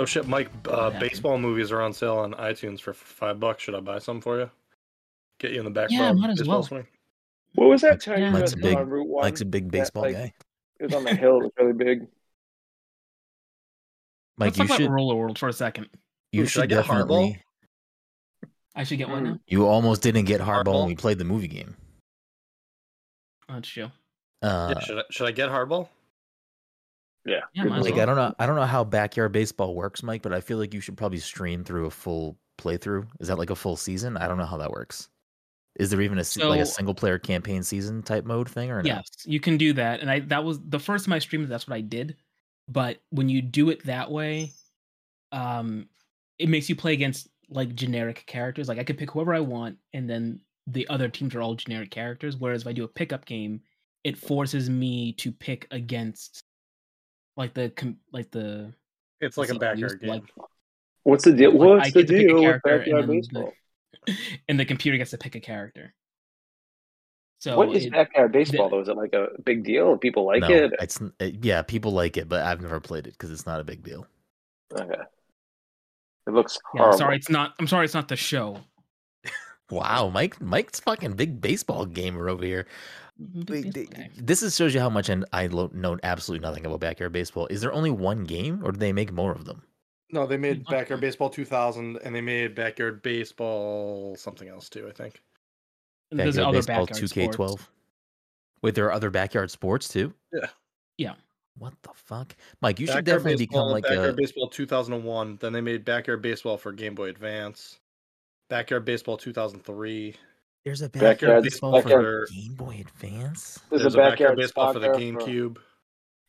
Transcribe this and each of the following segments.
Oh shit, Mike! Uh, happened. baseball movies are on sale on iTunes for five bucks. Should I buy some for you? Get you in the back. Yeah, row of might as baseball well. swing. What was that Mike's- town you Mike's went a to on big- Route One? Mike's a big that, baseball like, guy. It was on the hill. It was really big. Mike, Let's talk you about should Roller World for a second. you Ooh, should I should get hardball? definitely. I should get one Mm. now. You almost didn't get hardball Hardball? when we played the movie game. Oh, That's true. Uh, yeah, should I, should I get hardball? Yeah, might as like well. I don't know, I don't know how backyard baseball works, Mike, but I feel like you should probably stream through a full playthrough. Is that like a full season? I don't know how that works. Is there even a se- like a So- single player campaign season type mode thing or no? Yes, you can do that. And I that was the first time I streamed. That's what I did. But when you do it that way, um, it makes you play against like generic characters. Like I could pick whoever I want, and then the other teams are all generic characters. Whereas if I do a pickup game, it forces me to pick against like the com- like the It's like a what's it backyard used- game. like- What's the deal? Like, What's I the get to pick a deal with character and backyard then the- baseball? and the computer gets to pick a character. So what is it- backyard baseball though? Is it like a big deal? Do people like no, it? it's n- it, yeah, people like it, but I've never played it because it's not a big deal. Okay. It looks Yeah, I'm horrible. sorry, it's not. I'm sorry, it's not the show. Wow, Mike, Mike's fucking big baseball gamer over here. Wait, th- Okay. This is shows you how much and I lo- know absolutely nothing about backyard baseball. Is there only one game, or do they make more of them? No, they made Fuck. Backyard Baseball 2000, and they made Backyard Baseball something else too. I think. And there's other backyard sports. 2K12. Wait, there are other backyard sports too. Yeah. Yeah. What the fuck, Mike? You should Backyard definitely Baseball, become like Backyard a. Baseball 2001. Then they made Backyard Baseball for Game Boy Advance. Backyard Baseball 2003. There's a backyard, Backyard baseball Backyard- for Game Boy Advance. There's There's a backyard, Baseball for the soccer GameCube.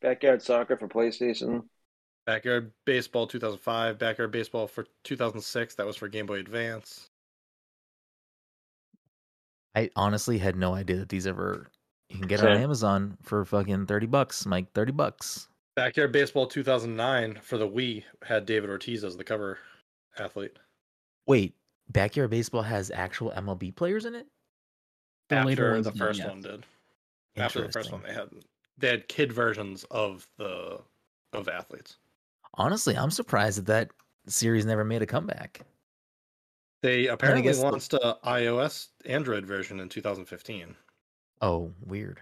backyard soccer for Oh, PlayStation. Backyard Baseball 2005. Backyard Baseball for 2006. That was for Game Boy Advance. I honestly had no idea that these ever. You can get it on Same. Amazon for fucking thirty bucks, Mike. Thirty bucks. Backyard Baseball 2009 for the Wii had David Ortiz as the cover athlete. Wait, backyard baseball has actual MLB players in it. The later after ones the did, first yes. one did. After the first Interesting. one, they had they had kid versions of the of athletes. Honestly, I'm surprised that that series never made a comeback. They apparently guess the- launched a iOS Android version in 2015. Oh, weird.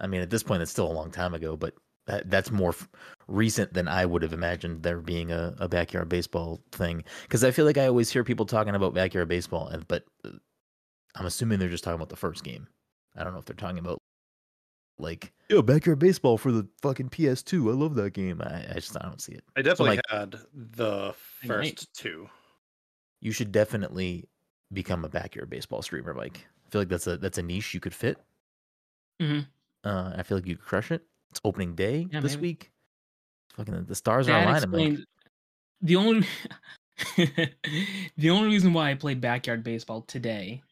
I mean, at this point, it's still a long time ago, but that, that's more f- recent than I would have imagined there being a, a backyard baseball thing. Because I feel like I always hear people talking about backyard baseball, and but uh, I'm assuming they're just talking about the first game. I don't know if they're talking about like yo backyard baseball for the fucking PS2. I love that game. I, I just I don't see it. I definitely like- had the They might. first two. You should definitely become a backyard baseball streamer, Mike. I feel like that's a that's a niche you could fit. Mhm. Uh, I feel like you could crush it. It's opening day Yeah, this maybe. week. Fucking the stars are That aligning. Mike. explains the only the only reason why I played backyard baseball today.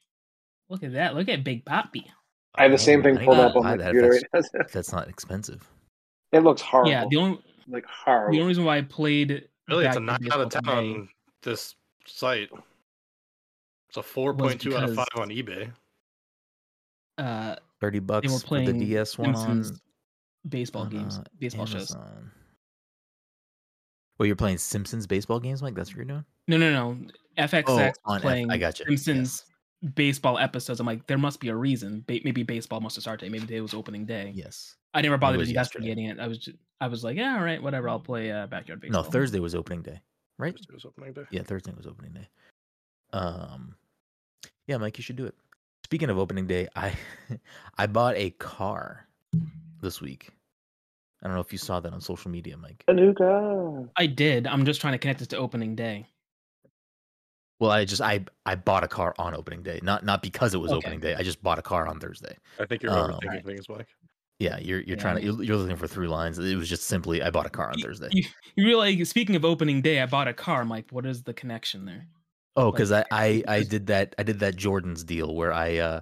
Look at that! Look at Big Poppy. I have the Oh, same thing I pulled gotta up on buy my that if computer right now. If that's not expensive. it looks horrible. Yeah, the only like the only horrible. reason why I played Really, it's a backyard knock out of baseball ten today- on this site. It's a 4.2 out of because- 5 on eBay. uh, Thirty bucks for the playing DS one Simpsons on baseball games, uh, baseball shows. Amazon. Well, you're playing Simpsons baseball games, Mike. That's what you're doing. No, no, no. FXX Oh, was on F- I playing gotcha. Yes. Simpsons baseball episodes. I'm like, there must be a reason. Ba- maybe baseball must have started. Maybe today was opening day. Yes. I never bothered was yesterday. investigating it. I was just, I was like, yeah, all right, whatever. I'll play uh, backyard baseball. No, Thursday was opening day, right? It was opening day. Yeah, Thursday was opening day. Um, yeah, Mike, you should do it. Speaking of opening day, I I bought a car this week. I don't know if you saw that on social media, Mike. A new guy. I did. I'm just trying to connect this to opening day. Well, I just I I bought a car on opening day, not not because it was Okay. opening day. I just bought a car on Thursday. I think you're Oh. overthinking things, Mike. Yeah, you're Yeah, you're trying to maybe. you're, you're looking for through lines. It was just simply I bought a car on Y- Thursday. You, you realize, speaking of opening day, I bought a car. I'm like, what is the connection there? Oh, because Like, I, I I just- did that I did that Jordan's deal where I uh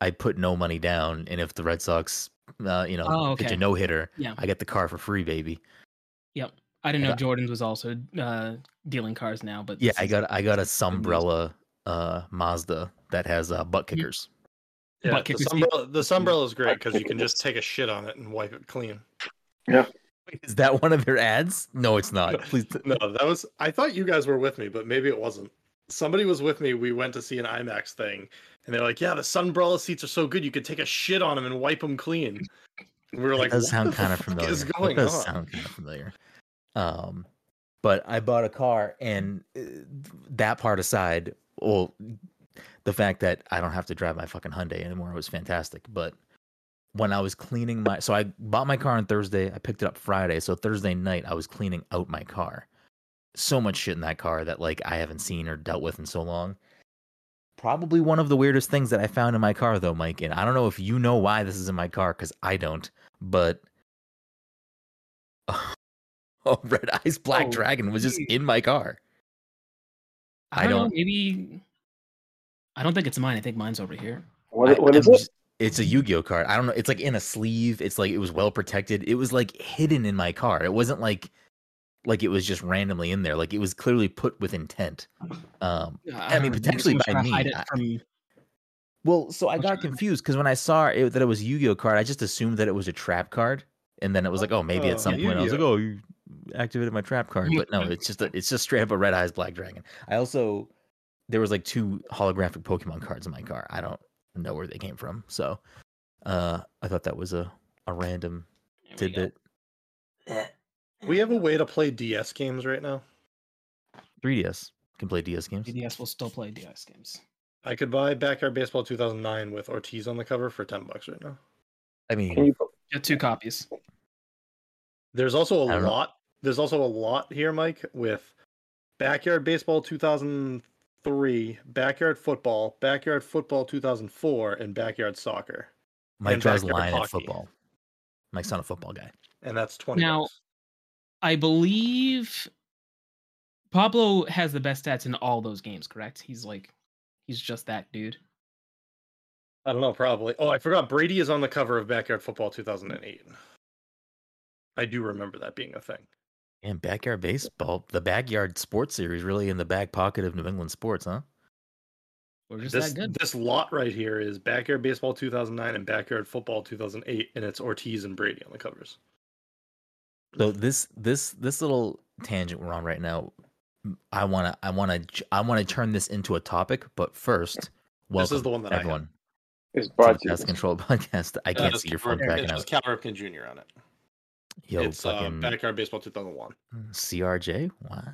I put no money down, and if the Red Sox uh you know Oh, pitch okay. a no hitter, Yeah. I get the car for free, baby. I didn't I know got- Jordan's was also uh, dealing cars now, but Yeah, this I is- got I got a news. Sumbrella uh Mazda that has uh butt kickers. Yeah, Butt the kickers. sunbrella, the sunbrella is great Butt because you can kickers. just take a shit on it and wipe it clean. Is that one of their ads? No, it's not. Please. t- No, that was. I thought you guys were with me, but maybe it wasn't. Somebody was with me. We went to see an IMAX thing, and they're like, "Yeah, the sunbrella seats are so good, you could take a shit on them and wipe them clean." And we were That like, does "What sound the kind of fuck familiar. Is That going does on? sound kind of familiar. Um, but I bought a car, and uh, th- that part aside, well, the fact that I don't have to drive my fucking Hyundai anymore was fantastic. But when I was cleaning my, so I bought my car on Thursday. I picked it up Friday. So Thursday night, I was cleaning out my car. So much shit in that car that like I haven't seen or dealt with in so long. Probably one of the weirdest things that I found in my car, though, Mike. And I don't know if you know why this is in my car because I don't. But oh, Red Eyes Black Oh, Dragon was just geez. in my car. I know, don't- maybe. I don't think it's mine. I think mine's over here. What, I- what is I'm it? just- It's a Yu-Gi-Oh card. I don't know. It's like in a sleeve. It's like it was well protected. It was like hidden in my car. It wasn't like like it was just randomly in there. Like it was clearly put with intent. Um I mean, don't know, maybe potentially someone's by trying to me, hide it I- from- well, so I Which got one? confused because when I saw it, that it was Yu-Gi-Oh card, I just assumed that it was a trap card. And then it was like, oh, maybe Oh, at some point I was like, Yu-Gi-Oh. oh, you activated my trap card. But no, it's just a, it's just straight up a red eyes black dragon. I also there was like two holographic Pokemon cards in my car. I don't know where they came from, so uh, I thought that was a a random There we go. tidbit. We have a way to play DS games right now. 3DS can play DS games. DDS will still play DS games. I could buy Backyard Baseball 2009 with Ortiz on the cover for ten bucks right now. I Can mean, you Get two copies. There's also I a don't know. lot. There's also a lot here, Mike, with Backyard Baseball 2003, Backyard Football, Backyard Football 2004, and Backyard Soccer. Mike and draws a backyard line hockey. at football. Mike's not a football guy. And that's 20 Now- bucks. I believe Pablo has the best stats in all those games, correct? He's like, he's just that dude. I don't know, probably. Oh, I forgot Brady is on the cover of Backyard Football 2008. I do remember that being a thing. And backyard baseball, the backyard sports series, really in the back pocket of New England sports, huh? We're just this that good. this lot right here is Backyard Baseball 2009 and Backyard Football 2008 and it's Ortiz and Brady on the covers. So this this this little tangent we're on right now, m- I wanna I wanna j- I wanna turn this into a topic. But first, welcome the one that I have. everyone It's to brought to the Pest Control Podcast. I can't see your phone Uh, cracking It's out. just Cal Ripken Jr. on it. Yo, it's uh, fucking Backyard Baseball 2001. Mm. CRJ. Wow.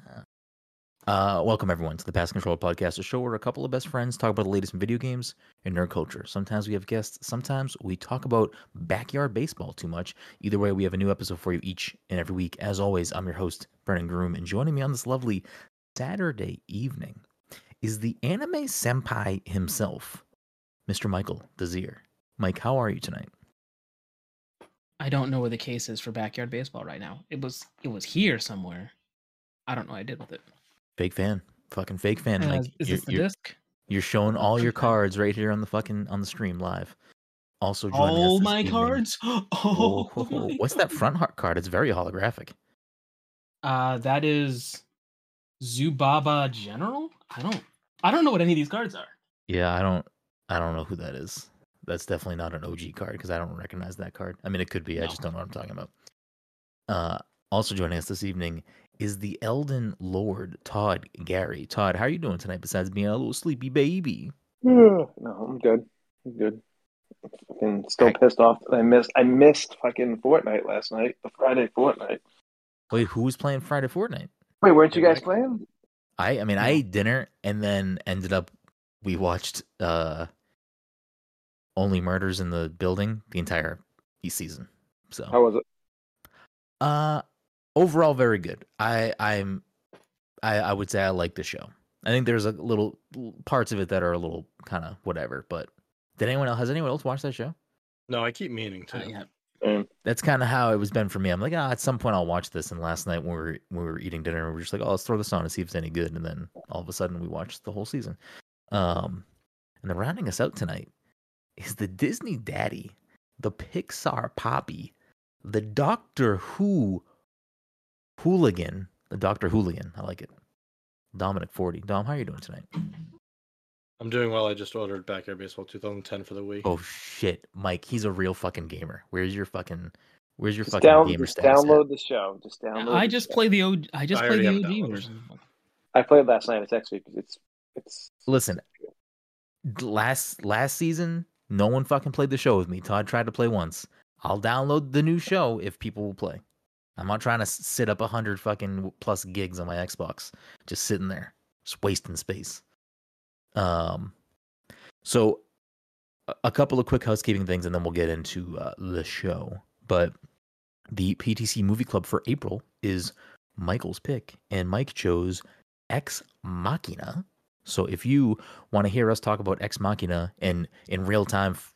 Uh, welcome everyone to the Past Control Podcast, a show where a couple of best friends talk about the latest in video games and nerd culture. Sometimes we have guests. Sometimes we talk about backyard baseball too much. Either way, we have a new episode for you each and every week. As always, I'm your host Brennan Groom, and joining me on this lovely Saturday evening is the anime senpai himself, Mr. Michael Dazier. Mike, how are you tonight? I don't know where the case is for backyard baseball right now. It was it was here somewhere. I don't know what I did with it. Fake fan, fucking fake fan. Uh, Mike, is You're- this the you're- disc? You're showing all your Okay. cards right here on the fucking on the stream live. Also, joining us All this my evening- cards. Oh, Oh, ho, ho. my what's that God. front heart card? It's very holographic. Uh, that is Zubaba General. I don't. I don't know what any of these cards are. Yeah, I don't, I don't know who that is. That's definitely not an OG card because I don't recognize that card. I mean, it could be. No. I just don't know what I'm talking about. Uh, also joining us this evening is the Elden Lord Todd Gary. Todd, how are you doing tonight? Besides being a little sleepy baby. Mm, No, I'm good. I'm good. Fucking still pissed off that I missed. I missed fucking Fortnite last night, the Friday Fortnite. Wait, who was playing Friday Fortnite? Wait, weren't you Yeah, guys Mike. playing? I I mean I ate dinner and then ended up we watched uh Only Murders in the Building the entire e- season. How So was it? uh overall very good. I I'm I I would say I like the show. I think there's a little parts of it that are a little kind of whatever, but did anyone else has anyone else watched that show? No, I keep meaning to. Oh, Uh, yeah. that's kind of how it was been for me. I'm like, ah, at some point I'll watch this. And last night when we were, when we were eating dinner, we were just like, oh, let's throw this on and see if it's any good. And then all of a sudden we watched the whole season. Um, and then rounding us out tonight is the Disney daddy, the Pixar poppy, the Doctor Who hooligan, the Doctor Hooligan. I like it. Dominic Forty. Dom, how are you doing tonight? I'm doing well. I just ordered Backyard Baseball 2010 for the week. Oh shit, Mike, he's a real fucking gamer. Where's your fucking Where's your Just, fucking down, gamer just stats? at? download the show. Just download. I the just show. play the OG. I just I play the already have OG downloaded. version. I played last night. It's actually it's it's Listen, d- last last season, no one fucking played the show with me. Todd tried to play once. I'll download the new show if people will play. I'm not trying to s- sit up a hundred fucking plus gigs on my Xbox, just sitting there, just wasting space. Um, so a- a couple of quick housekeeping things, and then we'll get into uh, the show. But the PTC Movie Club for April is Michael's pick, and Mike chose Ex Machina. So if you want to hear us talk about Ex Machina and in real time f-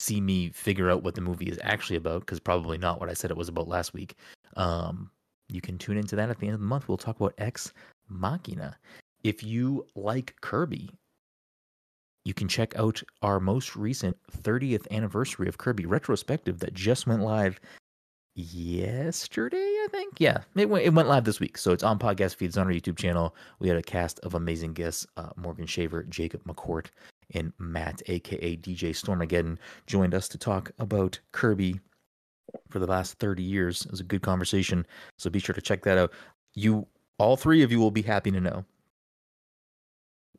see me figure out what the movie is actually about, because probably not what I said it was about last week, um, you can tune into that at the end of the month. We'll talk about Ex Machina. If you like Kirby, you can check out our most recent 30th anniversary of Kirby retrospective that just went live yesterday, I think. Yeah, it went, it went live this week. So it's on podcast feeds on our YouTube channel. We had a cast of amazing guests uh, Morgan Shaver, Jacob McCourt, and Matt, aka DJ Stormageddon, joined us to talk about Kirby for the last 30 years. It was a good conversation. So be sure to check that out. You, all three of you, will be happy to know.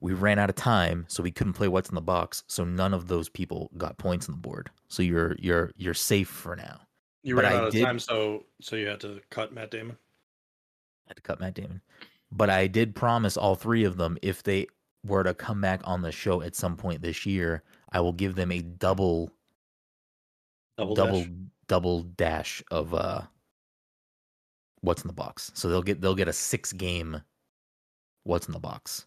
We ran out of time, so we couldn't play what's in the box. So none of those people got points on the board. So you're you're you're safe for now. You But ran I out of did- time, so so you had to cut Matt Damon. had to cut Matt Damon. But I did promise all three of them if they were to come back on the show at some point this year, I will give them a double Double, double dash. double dash of uh what's in the box. So they'll get they'll get a six game what's in the box.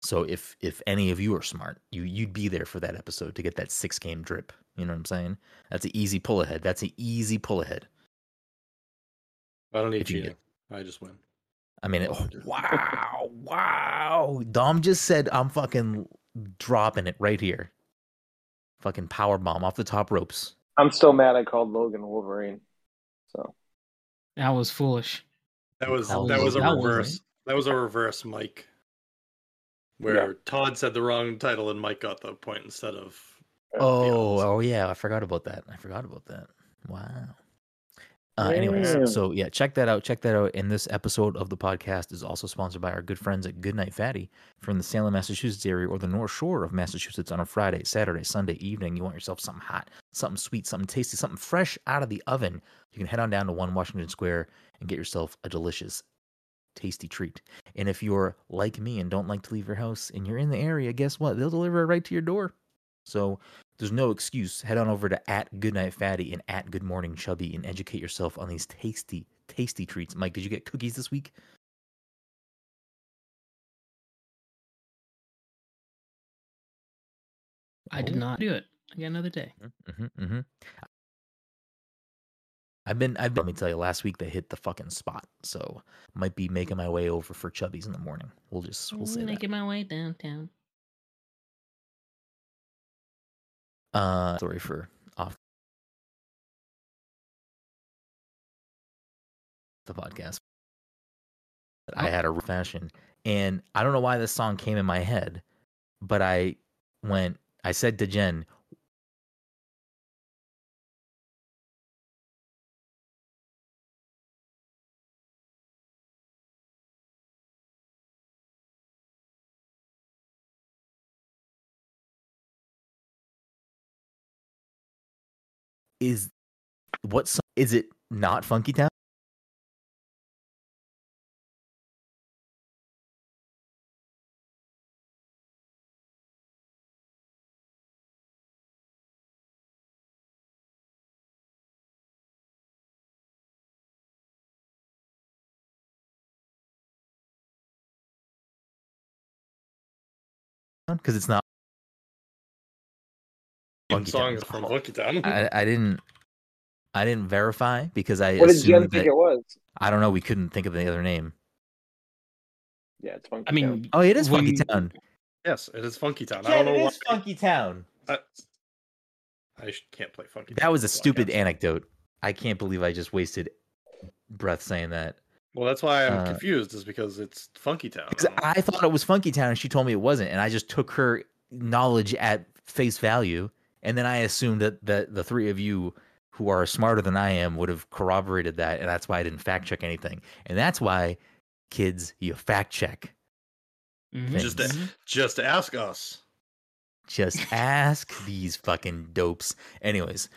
So if if any of you are smart, you you'd be there for that episode to get that six game drip. You know what I'm saying? That's an easy pull ahead. That's an easy pull ahead. I don't need if you cheating. I just win. I mean, it, wow, wow. Dom just said, I'm fucking dropping it right here. Fucking power bomb off the top ropes. I'm still mad. I called Logan Wolverine. So That was foolish. That was That that was- was a that was, right? reverse. That was a reverse Mike, where Todd said the wrong title and Mike got the point instead of. the Oh, others. oh yeah, I forgot about that. I forgot about that. Wow. Uh, anyways, Yeah. so yeah, check that out. Check that out. And this episode of the podcast is also sponsored by our good friends at Goodnight Fatty from the Salem, Massachusetts area or the North Shore of Massachusetts on a Friday, Saturday, Sunday evening. You want yourself something hot, something sweet, something tasty, something fresh out of the oven. You can head on down to 1 Washington Square and get yourself a delicious, tasty treat. And if you're like me and don't like to leave your house and you're in the area, guess what? They'll deliver it right to your door. So there's no excuse. Head on over to at Goodnight Fatty and at Good Morning Chubby and educate yourself on these tasty, tasty treats. Mike, did you get cookies this week? I did Oh. not do it. I got another day. Mm-hmm, mm-hmm. I've been, I've been. Let me tell you, last week they hit the fucking spot, so might be making my way over for Chubbies in the morning. We'll just, we'll say that. making my way downtown. Uh, sorry for off the podcast. But I Oh. had a rough fashion, and I don't know why this song came in my head, but I went. I said to Jen, "Is what song is it? Not Funky Town?" Because it's not. Theme Funky song Town. is from Funky Town. I, I didn't I didn't verify because I what did Jen assumed think that, it was? I don't know we couldn't think of the other name. Yeah, it's funky. I Town. mean, Oh, it is Funky When- Town. yes, it is Funky Town. I don't know why. Funky Town. I, I sh- can't play Funky. That Town was a on the stupid podcast. anecdote. I can't believe I just wasted breath saying that. Well, that's why I'm Uh, confused. Is because it's Funky Town. 'Cause I'm like, I thought it was Funky Town and she told me it wasn't and I just took her knowledge at face value and then I assumed that that the three of you who are smarter than I am would have corroborated that, and that's why I didn't fact check anything. And that's why, kids, you fact check. Mhm. Just that- Just ask us. Just ask these fucking dopes. Anyways,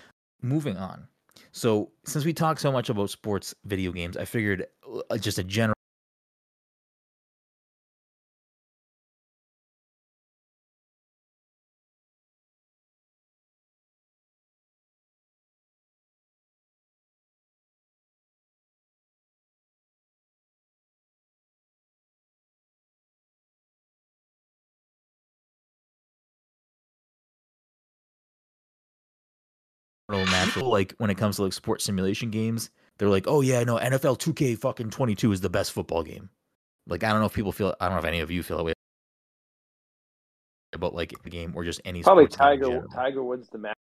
moving on. So, since we talk so much about sports video games, I figured uh, just a general. natural like when it comes to like sports simulation games they're like oh yeah no nfl 2k fucking 22 is the best football game like i don't know if people feel i don't know if any of you feel that way about like the game or just any Probably sports game in Tiger. general. Tiger Woods the match.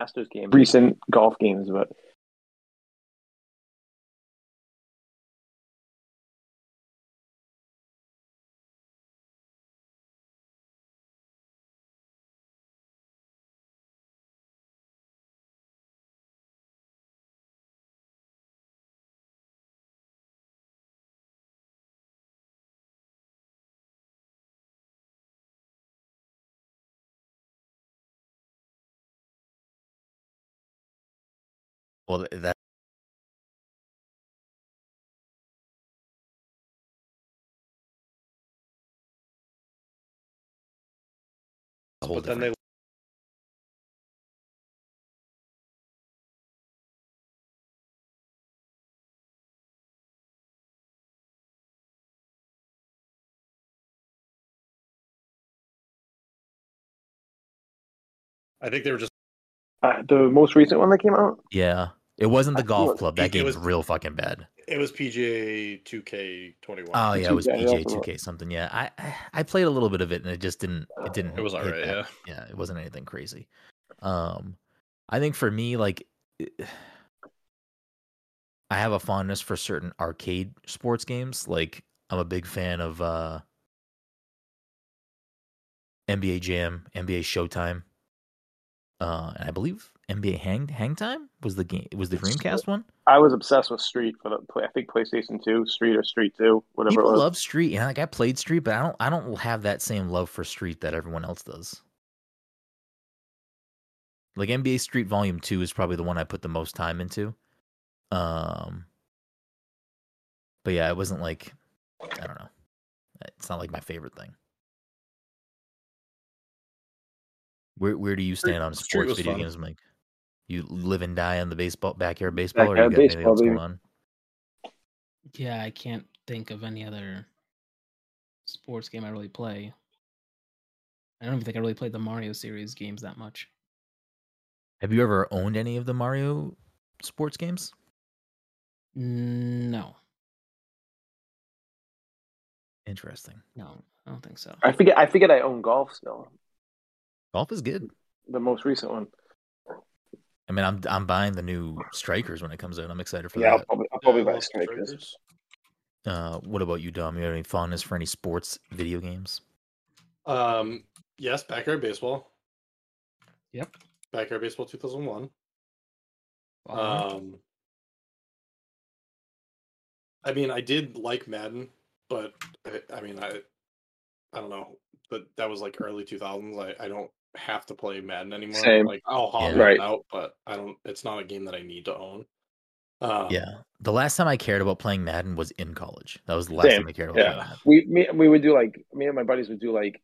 Masters game, recent golf games, but well th- that A whole But then different- they I think they were just uh, the most recent one that came out, yeah it wasn't the I feel golf like club it that game was- was real fucking bad it was PGA 2K21. Oh yeah, it was 2K, PGA that's Two what- K something. Yeah, I- I I played a little bit of it and it just didn't it didn't. It was hit alright, that- yeah. yeah, it wasn't anything crazy. Um, I think for me, like, it- I have a fondness for certain arcade sports games. Like, I'm a big fan of uh, NBA Jam, NBA Showtime, uh, and I believe NBA Hang Hang Time was the game. was the Dreamcast one. I was obsessed with Street for the play. I think PlayStation Two, Street or Street Two, whatever. People it was. love Street, and like I played Street, but I don't I don't have that same love for Street that everyone else does. Like NBA Street Volume Two is probably the one I put the most time into. Um, but yeah, it wasn't like I don't know. It's not like my favorite thing. Where where do you stand on Street sports was video fun. games, Mike? You live and die on the baseball backyard baseball, or you Backyard got anything baseball, else going baby. on? yeah, I can't think of any other sports game I really play. I don't even think I really played the Mario series games that much. Have you ever owned any of the Mario sports games? No, Interesting. no, I don't think so. I forget. I forget. I own golf still. Golf is good. The most recent one. I mean, I'm I'm buying the new Strikers when it comes out. I'm excited for Yeah, I'll that. probably, I'll probably Yeah, buy Lost Strikers. Strikers. Uh, what about you, Dom? You have any fondness for any sports video games? Um, yes, backyard baseball. Yep. Backyard baseball 2001. Uh, Um, I mean, I did like Madden, but I, I mean, I, I don't know, but that was like early 2000s. I, I don't have to play Madden anymore. Same. Like, I'll hop Yeah. in Right. and out, but I don't. It's not a game that I need to own. Um, yeah, the last time I cared about playing Madden was in college. That was the last Same, time I cared about yeah. playing Madden. We me, we would do like me and my buddies would do like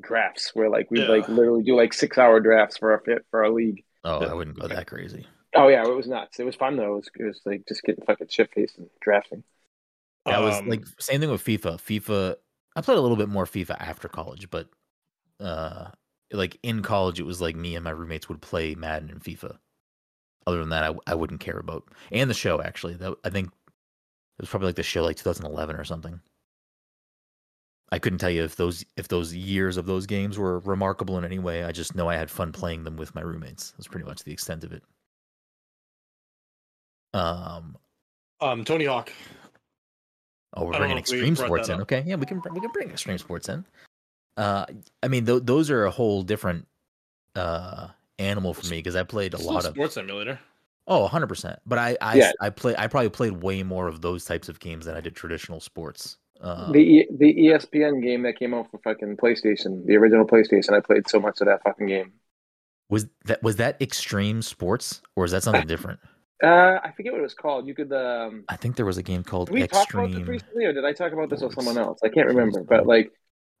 drafts where like we'd Yeah. like literally do like six hour drafts for our fit for our league. Oh, Yeah. I wouldn't go that crazy. Oh yeah, it was nuts. It was fun though. It was, it was like just getting fucking shit faced and drafting. That was um, like same thing with FIFA. FIFA. I played a little bit more FIFA after college, but uh, like in college, it was like me and my roommates would play Madden and FIFA. Other than that, I, I wouldn't care about. And the show actually, that I think it was probably like the show like 2011 or something. I couldn't tell you if those if those years of those games were remarkable in any way. I just know I had fun playing them with my roommates. That's pretty much the extent of it. Um, Um, Tony Hawk. Oh, we're I don't bringing know if we extreme brought sports that in. up. Okay, yeah, we can br- we can bring extreme sports in. Uh, I mean, th- those are a whole different uh animal for me because I played a Still lot of sports simulator. oh, 100 percent. But I I, Yeah. I play I probably played way more of those types of games than I did traditional sports. Um, the E- the ESPN game that came out for fucking PlayStation, the original PlayStation. I played so much of that fucking game. was that was that extreme sports or is that something different? Uh, I forget what it was called. You could um, I think there was a game called did we talk about Extreme. this recently, or did I talk about this with Sports. someone else? I can't remember, Sports. but like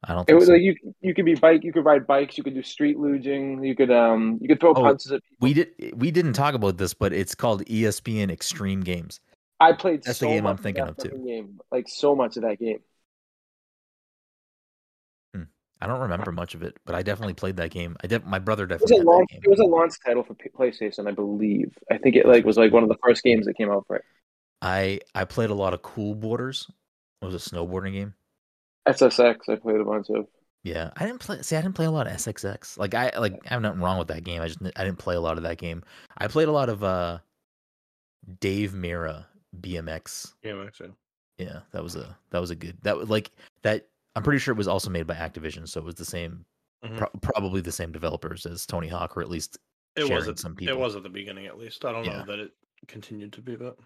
I don't it think was so. like you you could be bike, you could ride bikes, you could do street luging, you could um, you could throw Oh, punches at people. we did we didn't talk about this, but it's called E ESPN Extreme Games. I played That's so the game I'm much thinking that of, too. fucking Game, like so much of that game. I don't remember much of it, but I definitely played that game. I def- my brother It was a definitely had launch. that It was a game. launch title for P- PlayStation, I believe. I think it like was like one of the first games that came out for it. I I played a lot of Cool Borders. It was a snowboarding game. SSX, I played a bunch of. Yeah, I didn't play. See, I didn't play a lot of SXX. Like I like I have nothing wrong with that game. I just I didn't play a lot of that game. I played a lot of uh Dave Mira BMX. Yeah, I'm actually. Yeah, that was a that was a good that was like that. I'm pretty sure it was also made by Activision, so it was the same, Mhm. pro- probably the same developers as Tony Hawk, or at least It sharing was at some It people. was at the beginning, at least. I don't Yeah. know that it continued to be that.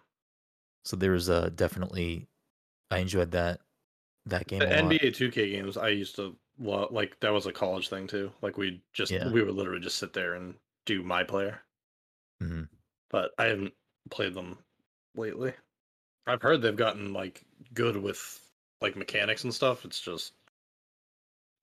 so there was uh, definitely I enjoyed that that game. The a lot. NBA 2K games, I used to love. Like that was a college thing too. Like we just Yeah. we would literally just sit there and do my player. Mhm. But I haven't played them lately. I've heard they've gotten like good with like mechanics and stuff. It's just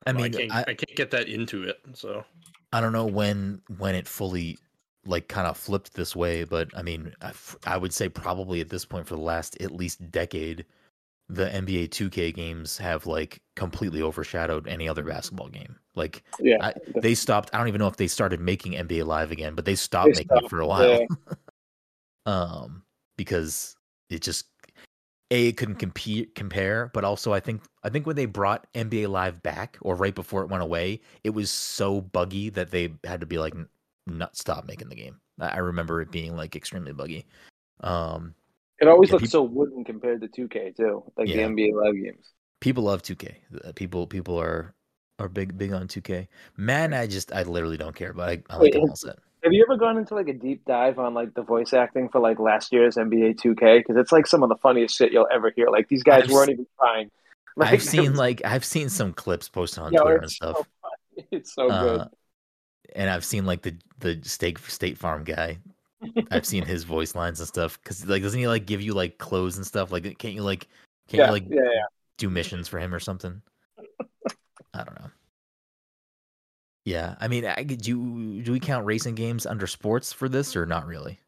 I I mean, can't, I, I can't get that into it. So I don't know when when it fully like kind of flipped this way, but I mean, I, f- I would say probably at this point for the last at least decade, the NBA 2K games have like completely overshadowed any other basketball game. Like Yeah, I- they stopped. I don't even know if they started making NBA Live again, but they stopped making it stopped, for a while. yeah. um, because it just a it couldn't compete compare, but also I think I think when they brought NBA Live back or right before it went away, it was so buggy that they had to be like, "N- not stop making the game. I I remember it being like extremely buggy. Um, it always yeah, looked peop- so wooden compared to 2K too, like Yeah. the NBA Live games. people love 2K. Uh, People people are are big big on 2K. Man, I just I literally don't care, but I, I like Wait, them have- all set. Have you ever gone into like a deep dive on like the voice acting for like last year's NBA 2K? Because it's like some of the funniest shit you'll ever hear. Like these guys I've weren't even trying. Like, I've seen like I've seen some clips posted on yo, Twitter and it's stuff, So funny. It's so Uh, good. and I've seen like the the State State Farm guy. I've seen his voice lines and stuff because like doesn't he like give you like clothes and stuff? Like can't you like can't Yeah, you like yeah, yeah. do missions for him or something? I don't know. Yeah, I mean, I, do do we count racing games under sports for this or not really?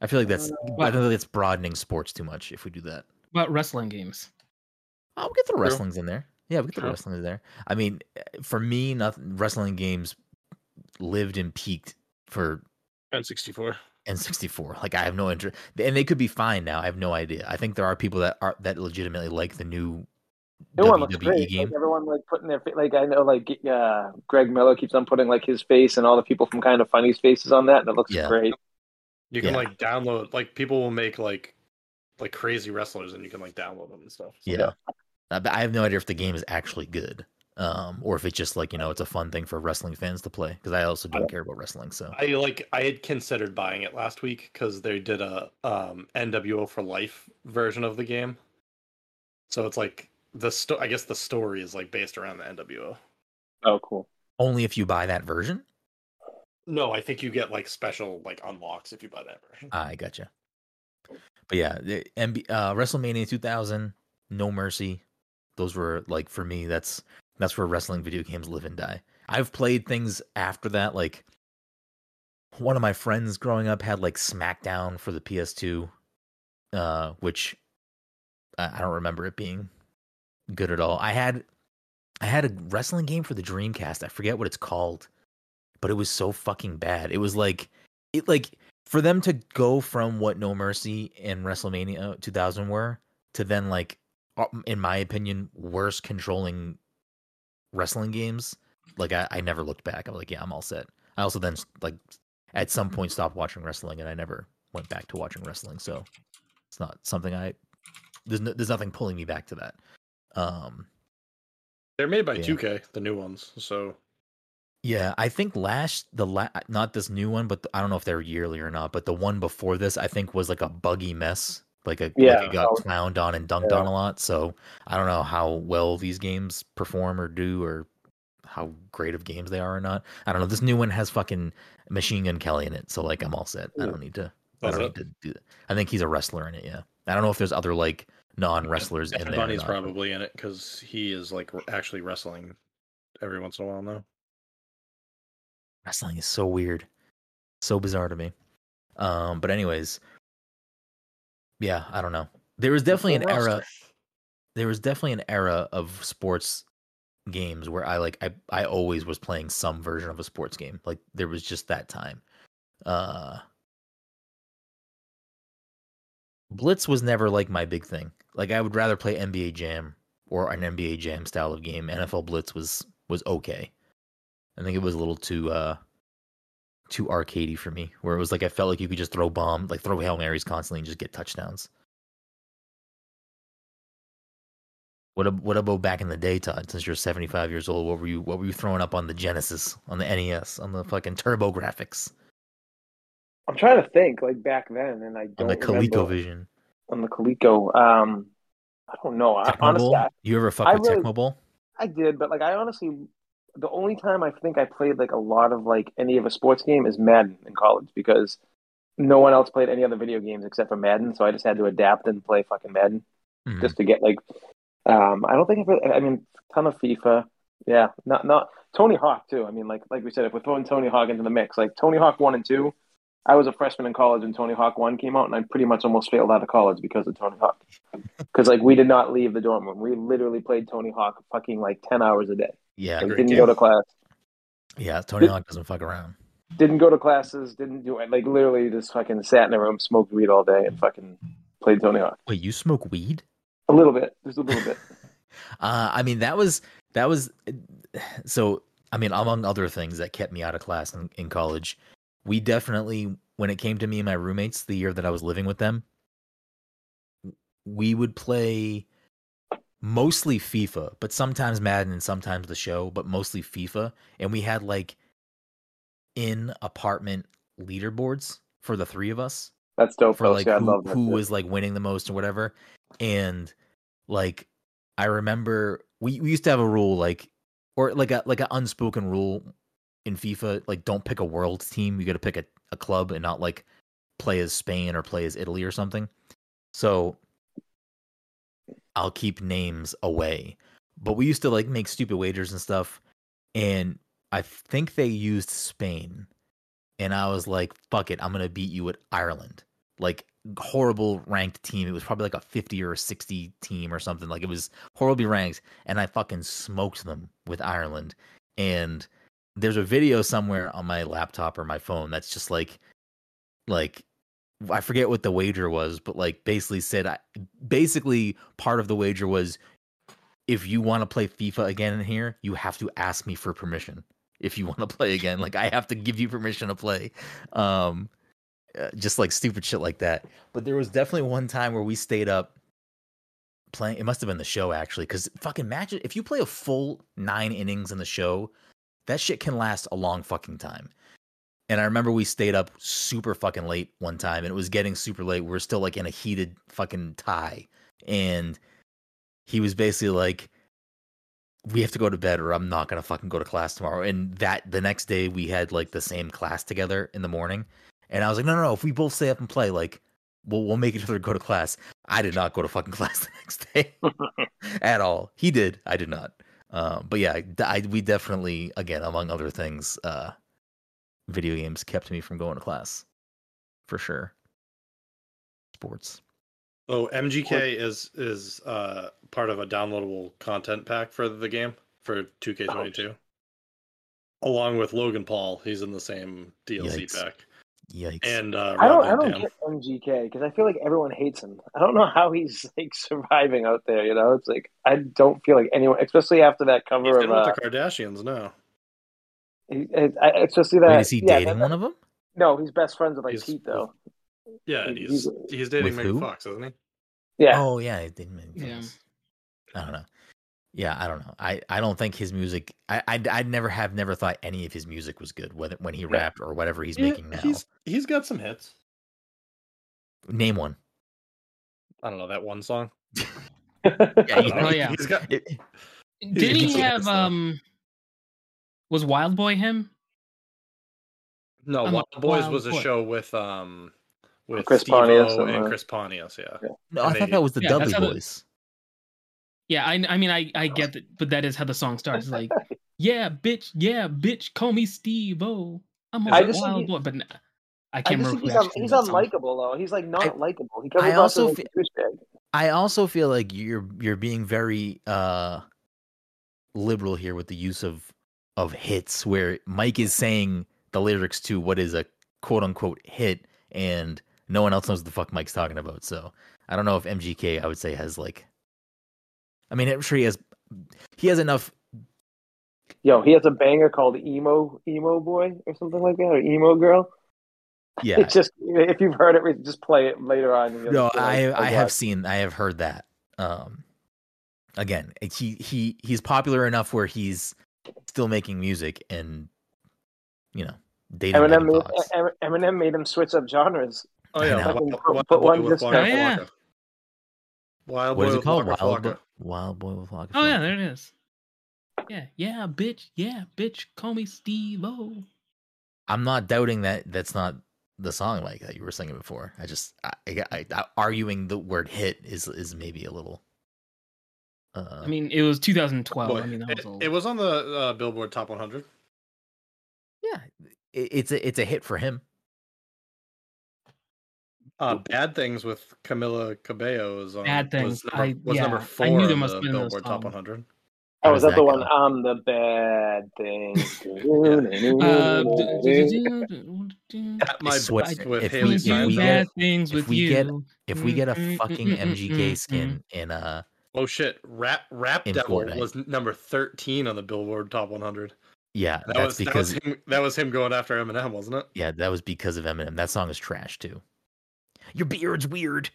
I feel like that's Uh, I don't think that's broadening sports too much if we do that. What about wrestling games? I'll get the True. wrestling's in there. Yeah, we get the True. wrestling's in there. I mean, eh, for me, nothing. Wrestling games lived and peaked for N64. N64. Like I have no interest, and they could be fine now. I have no idea. I think there are people that are that legitimately like the new No one looks WWE great. E game. Like everyone like putting their fa- like I know like uh, Greg Mello keeps on putting like his face and all the people from Kind of Funny's faces on that, and it looks Yeah. great. You can Yeah. like download like people will make like like crazy wrestlers and you can like download them and stuff. So, Yeah, Uh, but I have no idea if the game is actually good, um, or if it's just like you know it's a fun thing for wrestling fans to play. Because I also don't care about wrestling. So I like I had considered buying it last week because they did a um NWO for life version of the game. So it's like the sto- I guess the story is like based around the NWO. Oh, cool. only if you buy that version. No, I think you get like special like unlocks if you buy that version. Ah, I gotcha. But yeah, the MB, uh, WrestleMania 2000, No Mercy, those were like for me. That's that's where wrestling video games live and die. I've played things after that. Like one of my friends growing up had like SmackDown for the PS2, uh, which I, I don't remember it being good at all. I had I had a wrestling game for the Dreamcast. I forget what it's called, but it was so fucking bad. It was like it like for them to go from what No Mercy and WrestleMania 2000 were to then like uh, in my opinion worse controlling wrestling games like I, I never looked back i'm like yeah i'm all set i also then like at some point stopped watching wrestling and i never went back to watching wrestling. So it's not something I there's no, there's nothing pulling me back to that. Um, They're made by Yeah. 2K, the new ones. So yeah, I think last the la- uh, not this new one, but the- I don't know if they're yearly or not. But the one before this, I think was like a buggy mess. Like a yeah, Yeah, like it got oh. clowned on and dunked on a lot. So I don't know how well these games perform or do or how great of games they are or not. I don't know. This new one has fucking Machine Gun Kelly in it, so like I'm all set. I Ooh. don't need to. I that's don't it. need to do that. I think he's a wrestler in it. Yeah. I don't know if there's other like non wrestlers in Bad there. or Bunny's not. probably in it because he is like r- actually wrestling every once in a while now. Wrestling is so weird, so bizarre to me. Um, but anyways, yeah, I don't know. There was definitely an Full roster. era. There was definitely an era of sports games where I like I I always was playing some version of a sports game. Like there was just that time. Uh Blitz was never like my big thing. Like I would rather play NBA Jam or an NBA Jam style of game. NFL Blitz was was okay. I think it was a little too uh too arcadey for me, where it was like I felt like you could just throw bomb, like throw hail marys constantly and just get touchdowns. What ab- what about back in the day, Todd? Since you're 75 years old, what were you what were you throwing up on the Genesis, on the NES, on the fucking Turbo Graphics, I'm trying to think like back then, and I on don't the remember. ColecoVision, on the Coleco. Um, I don't know. I, Tecmo honestly, Bowl? I, You ever fuck I with really- Tecmo Bowl? I did, but like I honestly, the only time I think I played like a lot of like any of a sports game is Madden in college because no one else played any other video games except for Madden, so I just had to adapt and play fucking Madden Mhm. just to get like. Um, I don't think I've really. I mean, ton of FIFA. Yeah, not not Tony Hawk too. I mean, like like we said, if we're throwing Tony Hawk into the mix, like Tony Hawk one and two. I was a freshman in college when Tony Hawk one came out, and I pretty much almost failed out of college because of Tony Hawk. Because like we did not leave the dorm room. We literally played Tony Hawk fucking like ten hours a day. Yeah, Like, great didn't game. go to class. yeah. Tony Did- Hawk doesn't fuck around. Didn't go to classes. Didn't do it. Like literally just fucking sat in a room, smoked weed all day, and fucking played Tony Hawk. Wait, you smoke weed? A little bit, just a little bit. Uh, I mean, that was that was so. I mean, among other things that kept me out of class in, in college, we definitely, when it came to me and my roommates, the year that I was living with them, we would play mostly FIFA, but sometimes Madden and sometimes the show, but mostly FIFA. And we had like in apartment leaderboards for the three of us That's dope. for folks. like yeah, I who, love that. who shit. was like winning the most or whatever. And like I remember we, we used to have a rule like or like a like an unspoken rule in FIFA, like don't pick a world team. You gotta pick a, a club and not like play as Spain or play as Italy or something. So I'll keep names away. But we used to like make stupid wagers and stuff. And I think they used Spain. And I was like, fuck it, I'm gonna beat you at Ireland like horrible ranked team. It was probably like a 50 or a 60 team or something. Like it was horribly ranked. And I fucking smoked them with Ireland. And there's a video somewhere on my laptop or my phone that's just like, like, I forget what the wager was, but like basically said, I, basically part of the wager was if you want to play FIFA again in here, you have to ask me for permission. If you want to play again, like I have to give you permission to play. Um, uh, just like stupid shit like that. But there was definitely one time where we stayed up playing. It must have been the show actually, because fucking imagine if you play a full nine innings in the show, that shit can last a long fucking time. And I remember we stayed up super fucking late one time, and it was getting super late. We were still like in a heated fucking tie, and he was basically like. We have to go to bed, or I'm not gonna fucking go to class tomorrow. And that the next day we had like the same class together in the morning, and I was like, no, no, no. If we both stay up and play, like, we'll, we'll make each other go to class. I did not go to fucking class the next day at all. He did. I did not. Uh, but yeah, I, I- we definitely, again, among other things, uh, video games kept me from going to class for sure. Sports. Oh, MGK is is uh, part of a downloadable content pack for the game for 2K22, along with Logan Paul. He's in the same DLC Yikes. pack, Yikes. and uh, I don't. Rob I don't Van Dam. get MGK because I feel like everyone hates him. I don't know how he's like surviving out there. You know, it's like I don't feel like anyone, especially after that He's cover been of. with Uh, the Kardashians now. he- I- I- especially that. Wait, is he yeah, dating that- one of them? No, he's best friends with like He's- Pete though. Yeah, and he's he's dating With Megan who? Fox, isn't he? Yeah, Oh yeah, it didn't make Yeah. sense. I don't know. Yeah, I don't know. I, I don't think his music. I I I never have never thought any of his music was good, whether when he rapped or whatever he's Yeah, making now. He's he's got some hits. Name one. I don't know that one song. Yeah, I you don't know, Oh, yeah. he's got. It- Didn't he He's- have um? Was Wild Boy him? No, I'm Wild a Boys wild was a boy. show with um with Chris Chris Pontius Pontius and, and uh, Chris Pontius. Yeah, no, I and thought they- that was the yeah, that's Dudley how the- Boys. Yeah, I, I mean, I, I get that, but that is how the song starts. It's like, yeah, bitch, yeah, bitch, call me Steve O. I'm a I just wild think he- boy, but nah, I I can't just remember. think who he's, un- actually sings he's that song. unlikable though. He's like not likable. He comes I across also as like fe- a douchebag. I also feel like you're you're being very uh liberal here with the use of of hits where Mike is saying the lyrics to what is a quote unquote hit and no one else knows what the fuck Mike's talking about. So I don't know if MGK I would say has like I mean I'm sure he has he has enough Yo, he has a banger called "Emo Emo Boy" or something like that, or "Emo Girl." yeah. It's just if you've heard it, just play it later on. and you'll No, be like, I "Oh, I God." have seen I have heard that. Um again, it- he he he's popular enough where he's still making music and you know, dating Eminem Megan made, E, Fox. eh, Em- Eminem made him switch up genres. Oh I yeah, know. Wild, Fucking Wild put Boy one with just Waka now. Oh, yeah. Flocka. Wild What Boy is it with called? Waka Wild, eh, Flocka. Bo- Wild Boy with Waka Oh yeah, Flocka. there it is. Yeah, yeah, bitch, yeah, bitch, call me Steve O. I'm not doubting that that's not the song like that you were singing before. I just I, I, I- I- arguing the word hit is is maybe a little uh I mean, it was 2012. Boy, I mean, that was it, old. it was on the uh, Billboard Top 100. yeah, it, it's a it's a hit for him. Uh, Bad Things with Camila Cabello is on. Bad was Things, number, I- was number yeah, I four knew there on must the have been a Billboard song. Top 100. How Oh, is does that the that one? go? I'm the bad thing. Uh, do- do- do- do- do- At my swear back if with we- Haley do if we Steinfeld. bad things if with we get- you. If we get a Mm, mm, fucking mm, mm, mm, MGK mm. skin in uh Oh shit! Rap Rap In Devil Fortnite. was n- number 13 on the Billboard Top 100. yeah, That that's was because that was, him, that was him going after Eminem, wasn't it? yeah, that was because of Eminem. That song is trash too. Your beard's weird.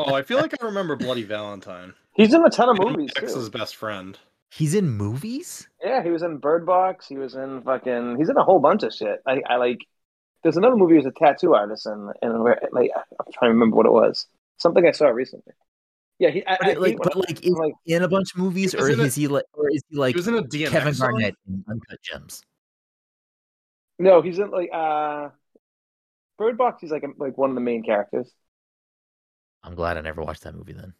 Oh, I feel like I remember Bloody Valentine. He's in a ton of Him Um, and movies my ex's too. best friend. He's in movies? Yeah, he was in Bird Box. He was in fucking. He's in a whole bunch of shit. I, I like. There's another movie. He was a tattoo artist, and and where, like I'm trying to remember what it was. Something I saw recently. Yeah, he. I, I But, like hate when but like is I'm like he in a bunch of movies He or was in a- is he like or is he like he was in a DMX Kevin song? Garnett in Uncut Gems? no, he's in like uh, Bird Box. He's like a- like one of the main characters. I'm glad I never watched that movie then.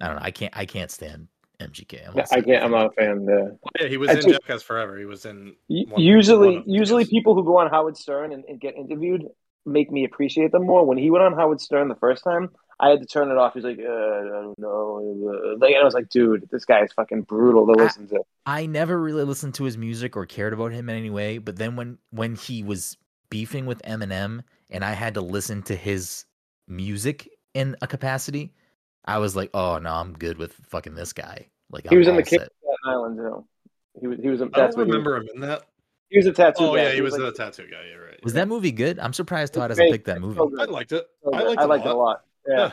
I don't know. I can't I can't stand MGK. I'm Yeah, not I saying can't. I'm anything. not a fan. Uh, Yeah, he was I in think- Jackass Forever. He was in. U- one- usually one of them, usually yes. people who go on Howard Stern and, and get interviewed make me appreciate them more. When he went on Howard Stern the first time, I had to turn it off. He's like, uh, I don't know. uh, Like, and I was like, dude, this guy is fucking brutal to I- listen to. I never really listened to his music or cared about him in any way. But then when when he was beefing with Eminem, and I had to listen to his music in a capacity, I was like, oh no, I'm good with fucking this guy. Like He I'm was in all the King set. of Staten Island, too. He was, he was, a, I that's don't what he was- remember him in that. he was a tattoo Oh guy. yeah, he was like, a tattoo guy. Yeah, right. Was yeah. that movie good? I'm surprised Todd It's hasn't great. picked that It's movie. so good. I liked it. so I good. liked, I liked it a lot. Yeah. Yeah.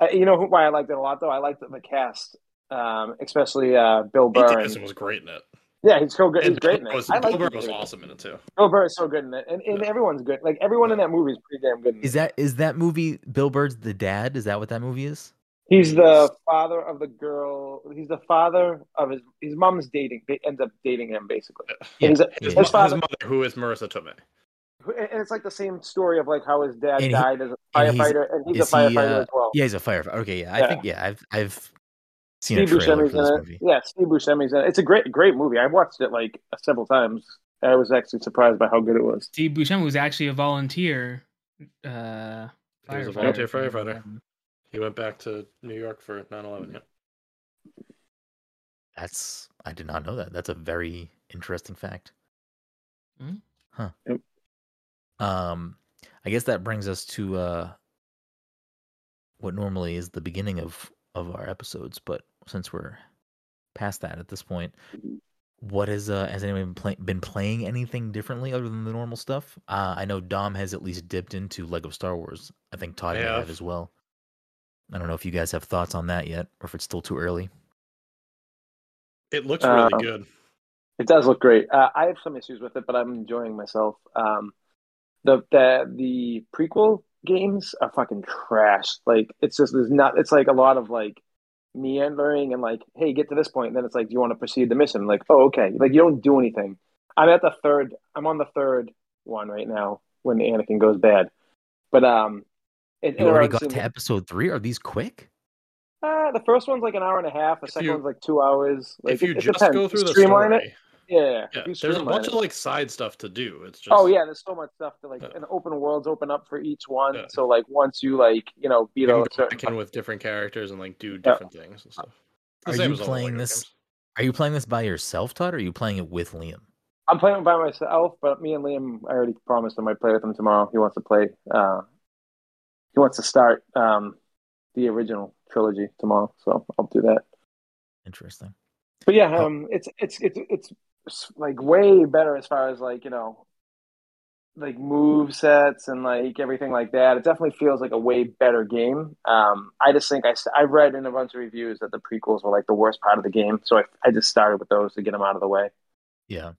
I, you know who- why I liked it a lot, though? I liked the cast, um, especially uh, Bill Pete Burr. Davidson and- was great in it. yeah, he's so good. He's And Bill great in it. Burr was, I Bill liked Burr Pete was Davidson. awesome in it too. Bill Burr is Oh, so good in it, and, and Yeah. everyone's good. Like everyone in that movie is pretty damn good. In Is it. that is that movie Bill Bird's the dad? Is that what that movie is? He's the father of the girl. He's the father of his his mom's dating. ba- Ends up dating him basically, Yeah, He's a- His, yeah. mo- his father- mother, who is Marissa Tomei. and and it's like the same story of like how his dad And he- died as a and he's- firefighter, and he's, is a he, firefighter uh, as well. Yeah, he's a firefighter. Okay, yeah, I Yeah. think yeah, I've I've seen Steve a trailer Buscemi's for this in it. movie. Yeah, Steve Buscemi's in it. It's a great, great movie. I watched it like several times. I was actually surprised by how good it was. Steve Buscemi was actually a volunteer. Uh, He was a firefighter Um, volunteer for firefighter. 9/11. He went back to New York for 9/11. Yeah. That's I did not know that. That's a very interesting fact. Hmm. Huh. Yep. Um, I guess that brings us to uh, what normally is the beginning of of our episodes, but since we're past that at this point, what has uh, has anyone been, play- been playing anything differently other than the normal stuff? Uh, I know Dom has at least dipped into Lego Star Wars. I think Todd I may have. have as well. I don't know if you guys have thoughts on that yet, or if it's still too early. It looks really Uh, good. It does look great. Uh, I have some issues with it, but I'm enjoying myself. Um, the the the prequel games are fucking trash. Like it's just there's not. It's like a lot of like meandering and like, hey, get to this point, and then it's like, do you want to proceed the mission? Like, oh, okay. Like you don't do anything. I'm at the third. I'm on the third one right now when Anakin goes bad. But um, it, You already got obviously- to episode three. Are these quick? Uh, the first one's like an hour and a half. The If second you- one's like two hours. Like, if you it- it just depends. go through the streamline story, it. Yeah, yeah, if you there's a streamline bunch it. of like side stuff to do. It's just Oh yeah, there's so much stuff to like, Yeah. and open worlds open up for each one. Yeah. So like, once you like, you know, you beat can all go certain. back in with different characters and like do different things and stuff. The Are same you as all the Lego playing this- games. Are you playing this by yourself, Todd, or are you playing it with Liam? I'm playing it by myself, but me and Liam, I already promised him I'd play with him tomorrow. He wants to play. Uh, he wants to start um, the original trilogy tomorrow, so I'll do that. Interesting. But yeah, Oh. um, it's it's it's it's s- like way better as far as like you know, like move sets and like everything like that. It definitely feels like a way better game. Um, I just think I s- I read in a bunch of reviews that the prequels were like the worst part of the game, so I I just started with those to get them out of the way. Yeah.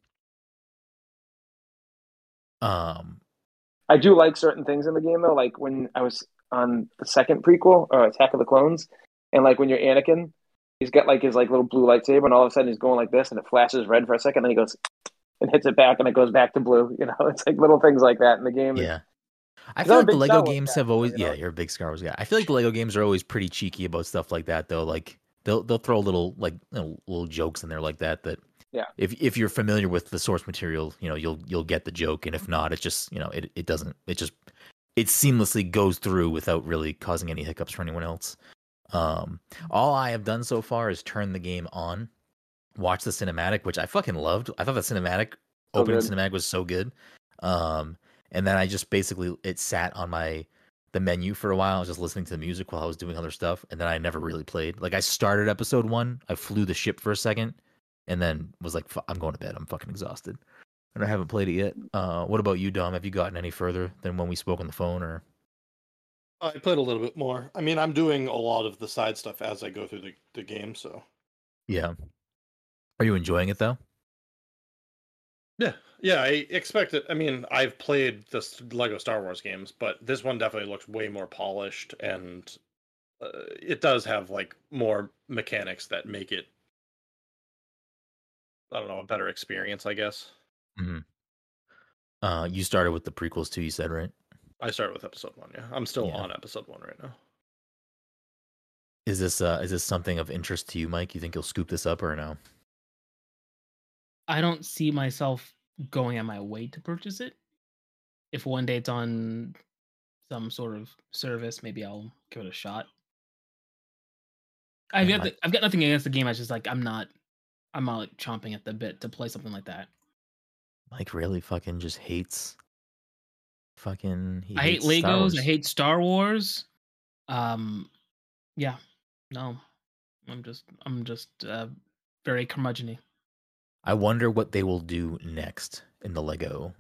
Um. I do like certain things in the game though, like when I was on the second prequel or Attack of the Clones, and like when you're Anakin, he's got like his like little blue lightsaber, and all of a sudden he's going like this, and it flashes red for a second, then he goes and hits it back, and it goes back to blue. You know, it's like little things like that in the game. Yeah. I Because I'm feel a like the big Lego Star Wars games guy, have always you know? yeah, you're a big Star Wars guy. I feel like the Lego games are always pretty cheeky about stuff like that though. Like they'll they'll throw little like you know, little jokes in there like that that Yeah. If if you're familiar with the source material, you know, you'll you'll get the joke and if not, it's just, you know, it it doesn't it just it seamlessly goes through without really causing any hiccups for anyone else. Um all I have done so far is turn the game on, watch the cinematic, which I fucking loved. I thought the cinematic So opening Oh, good. cinematic was so good. Um, and then I just basically it sat on my the menu for a while. I was just listening to the music while I was doing other stuff, and then I never really played. Like I started episode one, I flew the ship for a second, and then was like, "Fu- "I'm going to bed. I'm fucking exhausted." And I haven't played it yet. Uh, what about you, Dom? Have you gotten any further than when we spoke on the phone? Or I played a little bit more. I mean, I'm doing a lot of the side stuff as I go through the, the game, so yeah, are you enjoying it though? yeah, yeah. I expect it. I mean, I've played the s- Lego Star Wars games, but this one definitely looks way more polished, and uh, it does have like more mechanics that make it. I don't know a better experience. I guess Uh, you started with the prequels too. You said right. I started with episode one. Yeah, I'm still Yeah. on episode one right now. Is this uh, is this something of interest to you, Mike? You think you'll scoop this up or no? I don't see myself going on my way to purchase it. If one day it's on some sort of service, maybe I'll give it a shot. I've Yeah, got my- the, I've got nothing against the game. I was just like I'm not I'm not like chomping at the bit to play something like that. Mike really fucking just hates. Fucking. He I hate hates Star Legos. I Wars. hate Star Wars. Um, yeah, no, I'm just I'm just uh, very curmudgeony. I wonder what they will do next in the Lego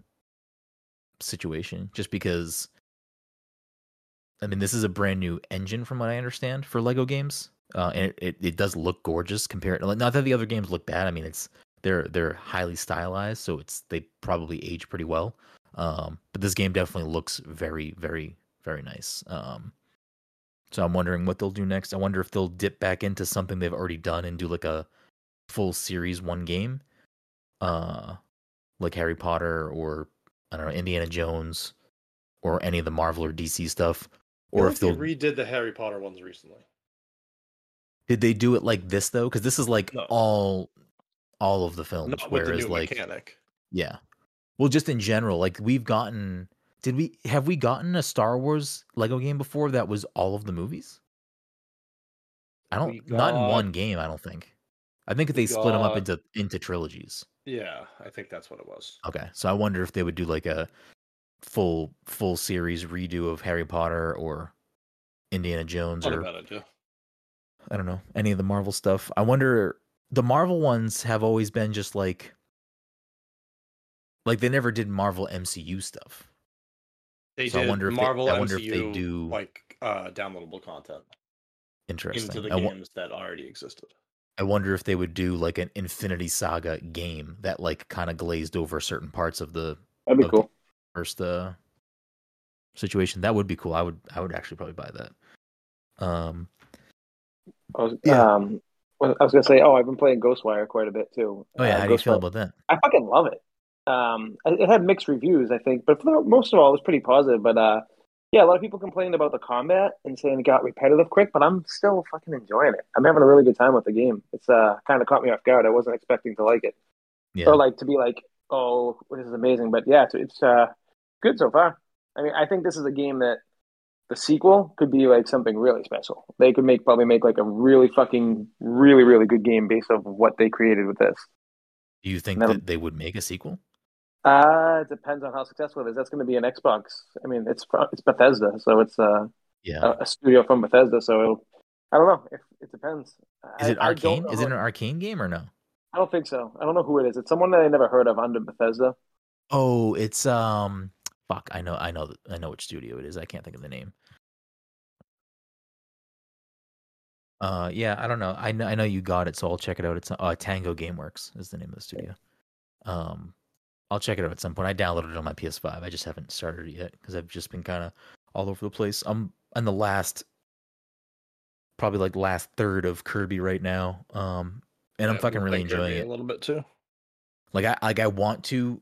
situation, just because. I mean, this is a brand new engine, from what I understand, for Lego games, uh, and it, it, it does look gorgeous compared. Like, not that the other games look bad. I mean, it's they're they're highly stylized, so it's they probably age pretty well. Um, but this game definitely looks very, very, very nice. Um, so I'm wondering what they'll do next. I wonder if they'll dip back into something they've already done and do like a full series one game, uh, like Harry Potter or I don't know Indiana Jones or any of the Marvel or DC stuff. Or if they they'll redid the Harry Potter ones recently. did they do it like this though? Because this is like No. all all of the films. Not with the whereas new like mechanic. Yeah. Well, just in general, like we've gotten did we have we gotten a Star Wars Lego game before that was all of the movies? I don't We not in got- one game, I don't think. I think they we split them up got- into into trilogies. Yeah, I think that's what it was. Okay. So I wonder if they would do like a full full series redo of Harry Potter or Indiana Jones What or about it? Yeah. I don't know, any of the Marvel stuff. I wonder the Marvel ones have always been just like like they never did Marvel MCU stuff. They So I did wonder if they- Marvel I MCU wonder if they do- like uh, downloadable content Interesting. into the I wo- games that already existed. I wonder if they would do like an Infinity Saga game that like kind of glazed over certain parts of the That'd be Okay. cool. first uh situation. That would be cool. I would I would actually probably buy that. Um I was, Yeah. um, well, I was gonna say, oh, I've been playing Ghostwire quite a bit too. oh yeah, Uh, how do you feel Ghostwire- about that? I fucking love it. Um, it it had mixed reviews, I think, but for the, most of all, it was pretty positive. But uh, yeah, a lot of people complained about the combat and saying it got repetitive quick, but I'm still fucking enjoying it. I'm having a really good time with the game. It's uh, kind of caught me off guard. I wasn't expecting to like it Yeah. or like to be like, oh, this is amazing. But yeah, it's, it's uh, good so far. I mean, I think this is a game that the sequel could be like something really special. They could make probably make like a really fucking really really good game based off of what they created with this. do you think that'll- that they would make a sequel? Uh, it depends on how successful it is. That's going to be an Xbox. I mean, it's fro- it's Bethesda, so it's uh, Yeah. a, a studio from Bethesda. So it'll, I don't know. It, it depends. is it I, I don't arcane? know Is how it an arcane game or no? I don't think so. I don't know who it is. It's someone that I never heard of under Bethesda. Oh, it's um fuck, I know I know th- I know which studio it is. I can't think of the name. Uh yeah, I don't know. I know I know you got it, so I'll check it out. It's uh Tango Gameworks is the name of the studio. Um I'll check it out at some point. I downloaded it on my PS5. I just haven't started it yet because I've just been kind of all over the place. I'm on the last probably like last third of Kirby right now. Um and I'm Yeah, fucking we'll really play Kirby enjoying it a little bit too. like I like I want to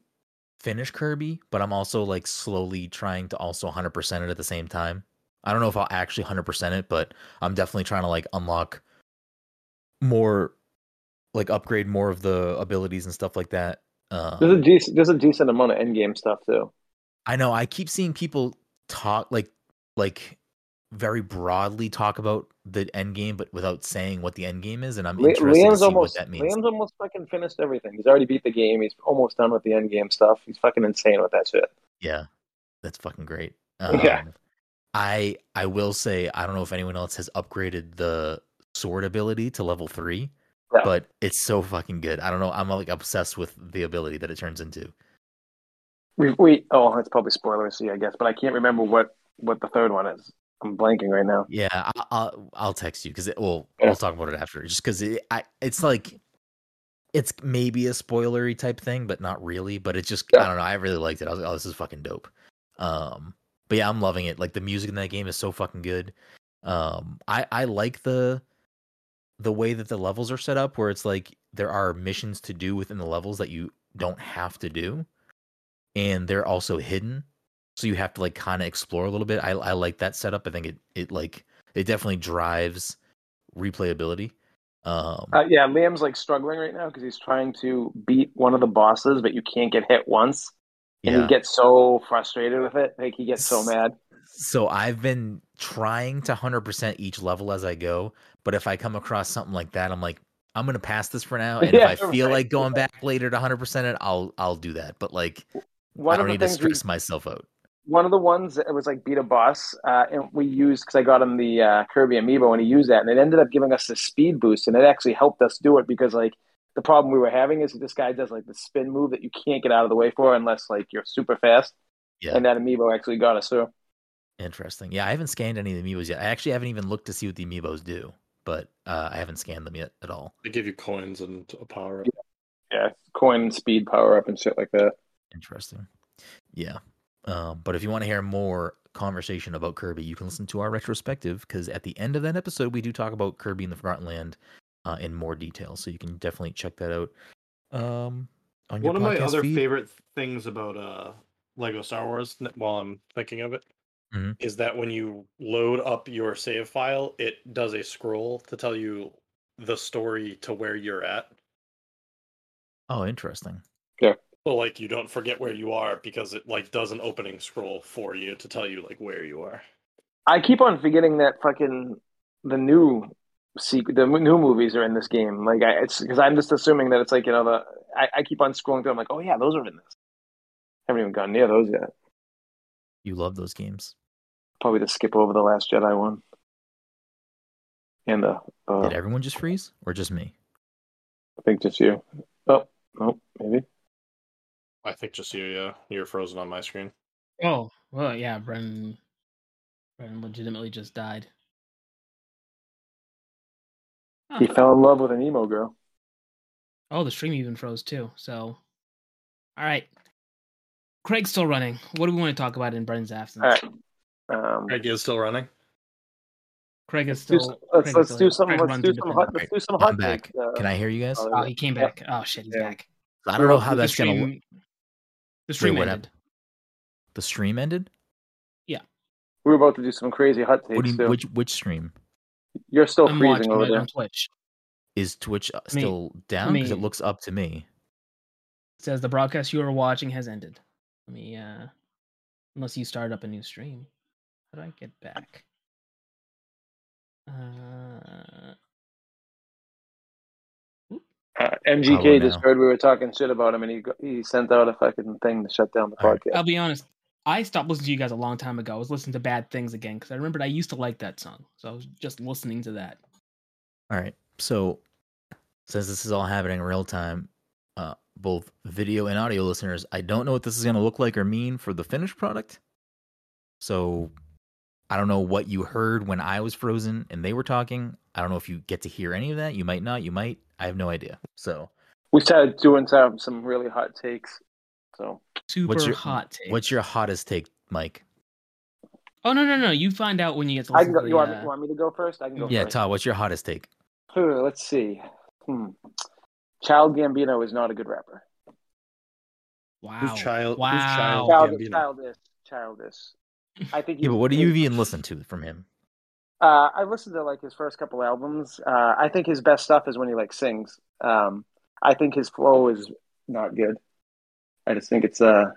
finish Kirby, but I'm also like slowly trying to also 100% it at the same time. I don't know if I'll actually 100% it, but I'm definitely trying to like unlock more like upgrade more of the abilities and stuff like that. There's a Um, decent, there's a decent amount of end game stuff too. I know I keep seeing people talk like like very broadly talk about the end game but without saying what the end game is and I'm Li- interested to Liam's see almost what that means. Liam's almost fucking finished everything. He's already beat the game. He's almost done with the end game stuff. He's fucking insane with that shit. Yeah, that's fucking great. Yeah. Um, I I will say I don't know if anyone else has upgraded the sword ability to level three, No. but it's so fucking good. I don't know. I'm like obsessed with the ability that it turns into. We, we oh, that's probably spoilersy, I guess, but I can't remember what what the third one is. I'm blanking right now. Yeah, I, I'll I'll text you because it. Well, Yeah. Mm-hmm. we'll talk about it after. Just because it, I it's like it's maybe a spoilery type thing, but not really. But it's just I Yeah. don't know. I really liked it. I was like, oh, this is fucking dope. Um, but yeah, I'm loving it. Like the music in that game is so fucking good. Um, I I like the the way that the levels are set up, where it's like there are missions to do within the levels that you don't have to do, and they're also hidden. So you have to like kind of explore a little bit. I I like that setup. I think it it like it definitely drives replayability. Um, Uh, yeah, Liam's like struggling right now because he's trying to beat one of the bosses, but you can't get hit once, and yeah. he gets so frustrated with it. Like he gets so mad. so I've been trying to 100% each level as I go, but if I come across something like that, I'm like I'm going to pass this for now and Yeah, if I feel right, like going back later to 100% it, I'll I'll do that. But like I One don't of the need to things we stress myself out. one of the ones that was like beat a boss, uh, and we used because I got him the uh, Kirby Amiibo, and he used that, and it ended up giving us the speed boost, and it actually helped us do it because like the problem we were having is this guy does like the spin move that you can't get out of the way for unless like you're super fast, Yeah. and that Amiibo actually got us through. Interesting. Yeah, I haven't scanned any of the amiibos yet. I actually haven't even looked to see what the amiibos do, but uh, I haven't scanned them yet at all. They give you coins and a power up. Yeah, coin speed power up and shit like that. Interesting. Yeah. Um, but if you want to hear more conversation about Kirby, you can listen to our retrospective because at the end of that episode, we do talk about Kirby in the Forgotten Land uh, in more detail. So you can definitely check that out. Um, on your One of my podcast other feed. favorite things about uh Lego Star Wars, n- while I'm thinking of it, is Mhm. that when you load up your save file, it does a scroll to tell you the story to where you're at. Oh, interesting. So like you don't forget where you are because it like does an opening scroll for you to tell you like where you are. I keep on forgetting that fucking the new sequ- the new movies are in this game. Like I, it's because I'm just assuming that it's like you know the I, I keep on scrolling through. I'm like, oh yeah, those are in this. haven't even gone near those yet. You love those games. Probably just skip over the Last Jedi one. And the uh, Uh, Did everyone just freeze or just me? I think just you. Oh, oh, maybe. I think just you, yeah. You're frozen on my screen. Oh, well, yeah, Bren. Bren legitimately just died. Huh. He fell in love with an emo girl. Oh, the stream even froze too. So, all right. Craig's still running. What do we want to talk about in Bren's absence? All right. Um, Greg is still running. Craig is still. do some- let's Craig is let's still do here. some. Craig Let's runs do some. Hot, let's do some I'm hot back. takes. Uh, Can I hear you guys? uh, Oh, he came Yeah. back. Oh shit, he's Yeah. back. I don't know Well, how that's the gonna. work. stream- The stream what ended. The stream ended. we were about to do some crazy hot takes. What do you, too. which which stream You're still I'm freezing watching over it there. on Twitch. is Twitch uh, still down? Because it Me. looks up to me. It says the broadcast you are watching has ended. Let me, uh, unless you start up a new stream. How do I get back? Uh, Uh, Probably MGK now. just heard we were talking shit about him, and he go- he sent out a fucking thing to shut down the All right. podcast. I'll be honest. I stopped listening to you guys a long time ago. I was listening to Bad Things again because I remembered I used to like that song. So I was just listening to that. All right. So, since this is all happening in real time, uh, both video and audio listeners, I don't know what this is going to look like or mean for the finished product. So, I don't know what you heard when I was frozen and they were talking. I don't know if you get to hear any of that. You might not. You might. I have no idea. So, We started doing some some really hot takes. So Super your- hot take. what's your hottest take, Mike? Oh, no, no, no. You find out when you get to I listen can go. to You the, want, me, uh, you want me to go first? I can go Yeah, first. Todd. What's your hottest take? Huh, let's see. Hmm. Child Gambino is not a good rapper. uh, Wow. Who's child- who's Wow. child- Wow. Child, Gambino. childish, childish. I think. Yeah, he's- but what do you even listen to from him? Uh, I listened to like his first couple albums. Uh, I think his best stuff is when he like sings. Um, I think his flow is not good. I just think it's uh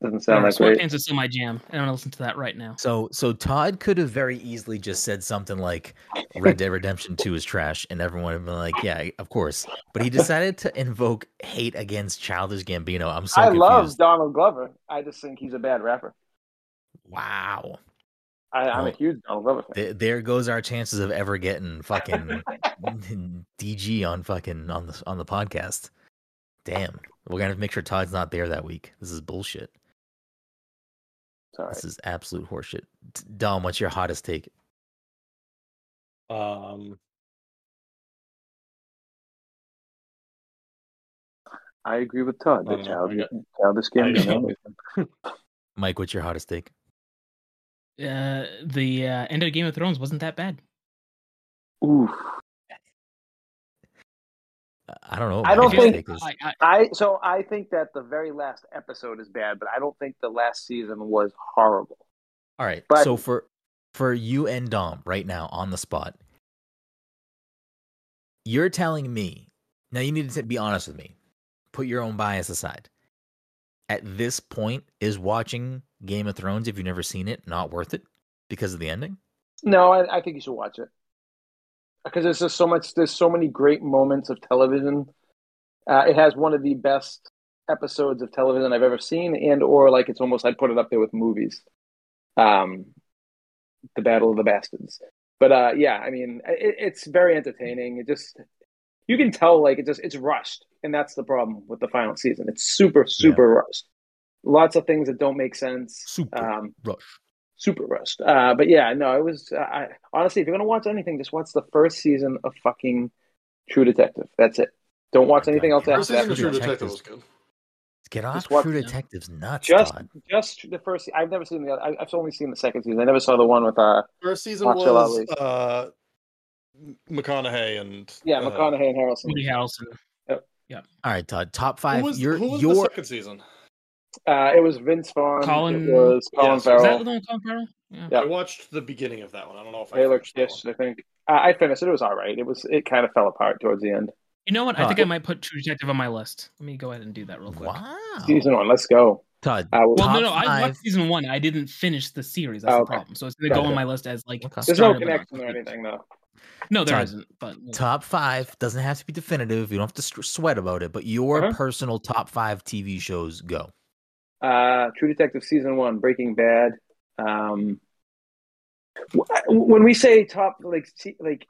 doesn't sound like great. Sweatpants is still my jam. and I'm going to listen to that right now. So so Todd could have very easily just said something like Red Dead Redemption 2 is trash and everyone would have been like, Yeah, of course. But he decided to invoke hate against Childish Gambino. I'm so I confused. love Donald Glover. I just think he's a bad rapper. Wow. I, I'm Well, a huge Donald Glover fan. Th- there goes our chances of ever getting fucking DG on fucking on the on the podcast. Damn. We're gonna have to make sure Todd's not there that week. This is bullshit. Sorry. This is absolute horseshit. D- Dom, what's your hottest take? Um, I agree with Todd. I The don't know. child, Oh, I got- childish I don't Gambino. Mike, what's your hottest take? Uh, the uh, end of Game of Thrones wasn't that bad. Oof. I don't know. what I my don't hottest think- take is. I, I, I so I think that the very last episode is bad, but I don't think the last season was horrible. All right. But- so for for you and Dom right now on the spot, you're telling me now you need to be honest with me. Put your own bias aside. At this point, is watching Game of Thrones if you've never seen it not worth it because of the ending? No, I, I think you should watch it because there's just so much. There's so many great moments of television. Uh, it has one of the best episodes of television I've ever seen, and or like it's almost I'd put it up there with movies. Um, the Battle of the Bastards. But uh, yeah, I mean, i- it, it's very entertaining. It just you can tell like it just it's rushed, and that's the problem with the final season. It's super super rushed. Lots of things that don't make sense. Super. Um, Rush. super rust. Uh, but yeah, no, it was. Uh, I, honestly, if you're gonna watch anything, just watch the first season of fucking True Detective. That's it. Don't watch anything else First first after season that. of True Detectives. Detective was good. Get off Just watch- True Detectives nuts, Just, Todd. just the first. I've never seen the. other- I, I've only seen the second season. I never saw the one with uh, First season Watch it, was Ali. uh, McConaughey and yeah, uh, McConaughey and Harrelson. Woody Harrelson. All right, Todd. Top Who five. was, your who was the your second season? Uh, it was Vince Vaughn. Colin- It was Colin Yes. Is Is that Farrell. the one with Colin Farrell? Yeah. Yeah. I watched the beginning of that one. I don't know if I Taylor finished that Kish. I think uh, I finished it. It was all right. It was. It kind of fell apart towards the end. You know what? I Huh. think I might put True Detective on my list. Let me go ahead and do that real quick. wow. Season one. Let's go. Todd. Uh, Well, no, Top no, I five. watched season one. I didn't finish the series. That's Oh, the okay. problem. So it's gonna go Gotcha. on my list as like. Okay. there's no started, but not connection or complete. anything though. No, there Todd. not But Top five doesn't have to be definitive. You don't have to str- sweat about it, but your Uh-huh. personal top five TV shows go. Uh, True Detective season one, Breaking Bad. Um, wh- when we say top, like se- like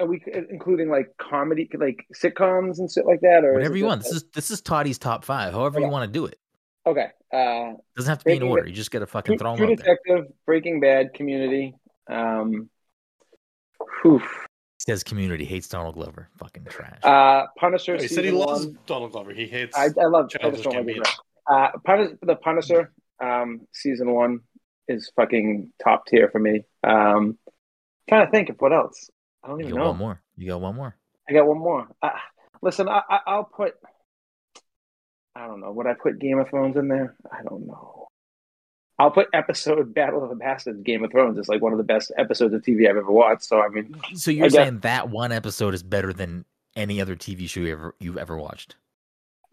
are we including like comedy, like sitcoms and shit like that, or is Whatever it you just, want. This is this is Toddy's top five. However you Okay. want to do it. okay. Uh, Doesn't have to be in Breaking order. You just gotta fucking True, throw True them out there. Detective, Breaking Bad, Community. Um, oof. Says community hates Donald Glover. Fucking trash. Uh, Punisher. he said he season loves one. Donald Glover. He hates. I, I love. I Childish just don't like it. Gambino. Uh, Punish, the Punisher um, season one is fucking top tier for me. Um, trying to think of what else. I don't you even got know. one more. You got one more. I got one more. Uh, listen, I, I, I'll put. I don't know. Would I put Game of Thrones in there? I don't know. I'll put episode Battle of the Bastards. Game of Thrones is like one of the best episodes of TV I've ever watched. So I mean, So you're guess- saying that one episode is better than any other TV show you ever you've ever watched?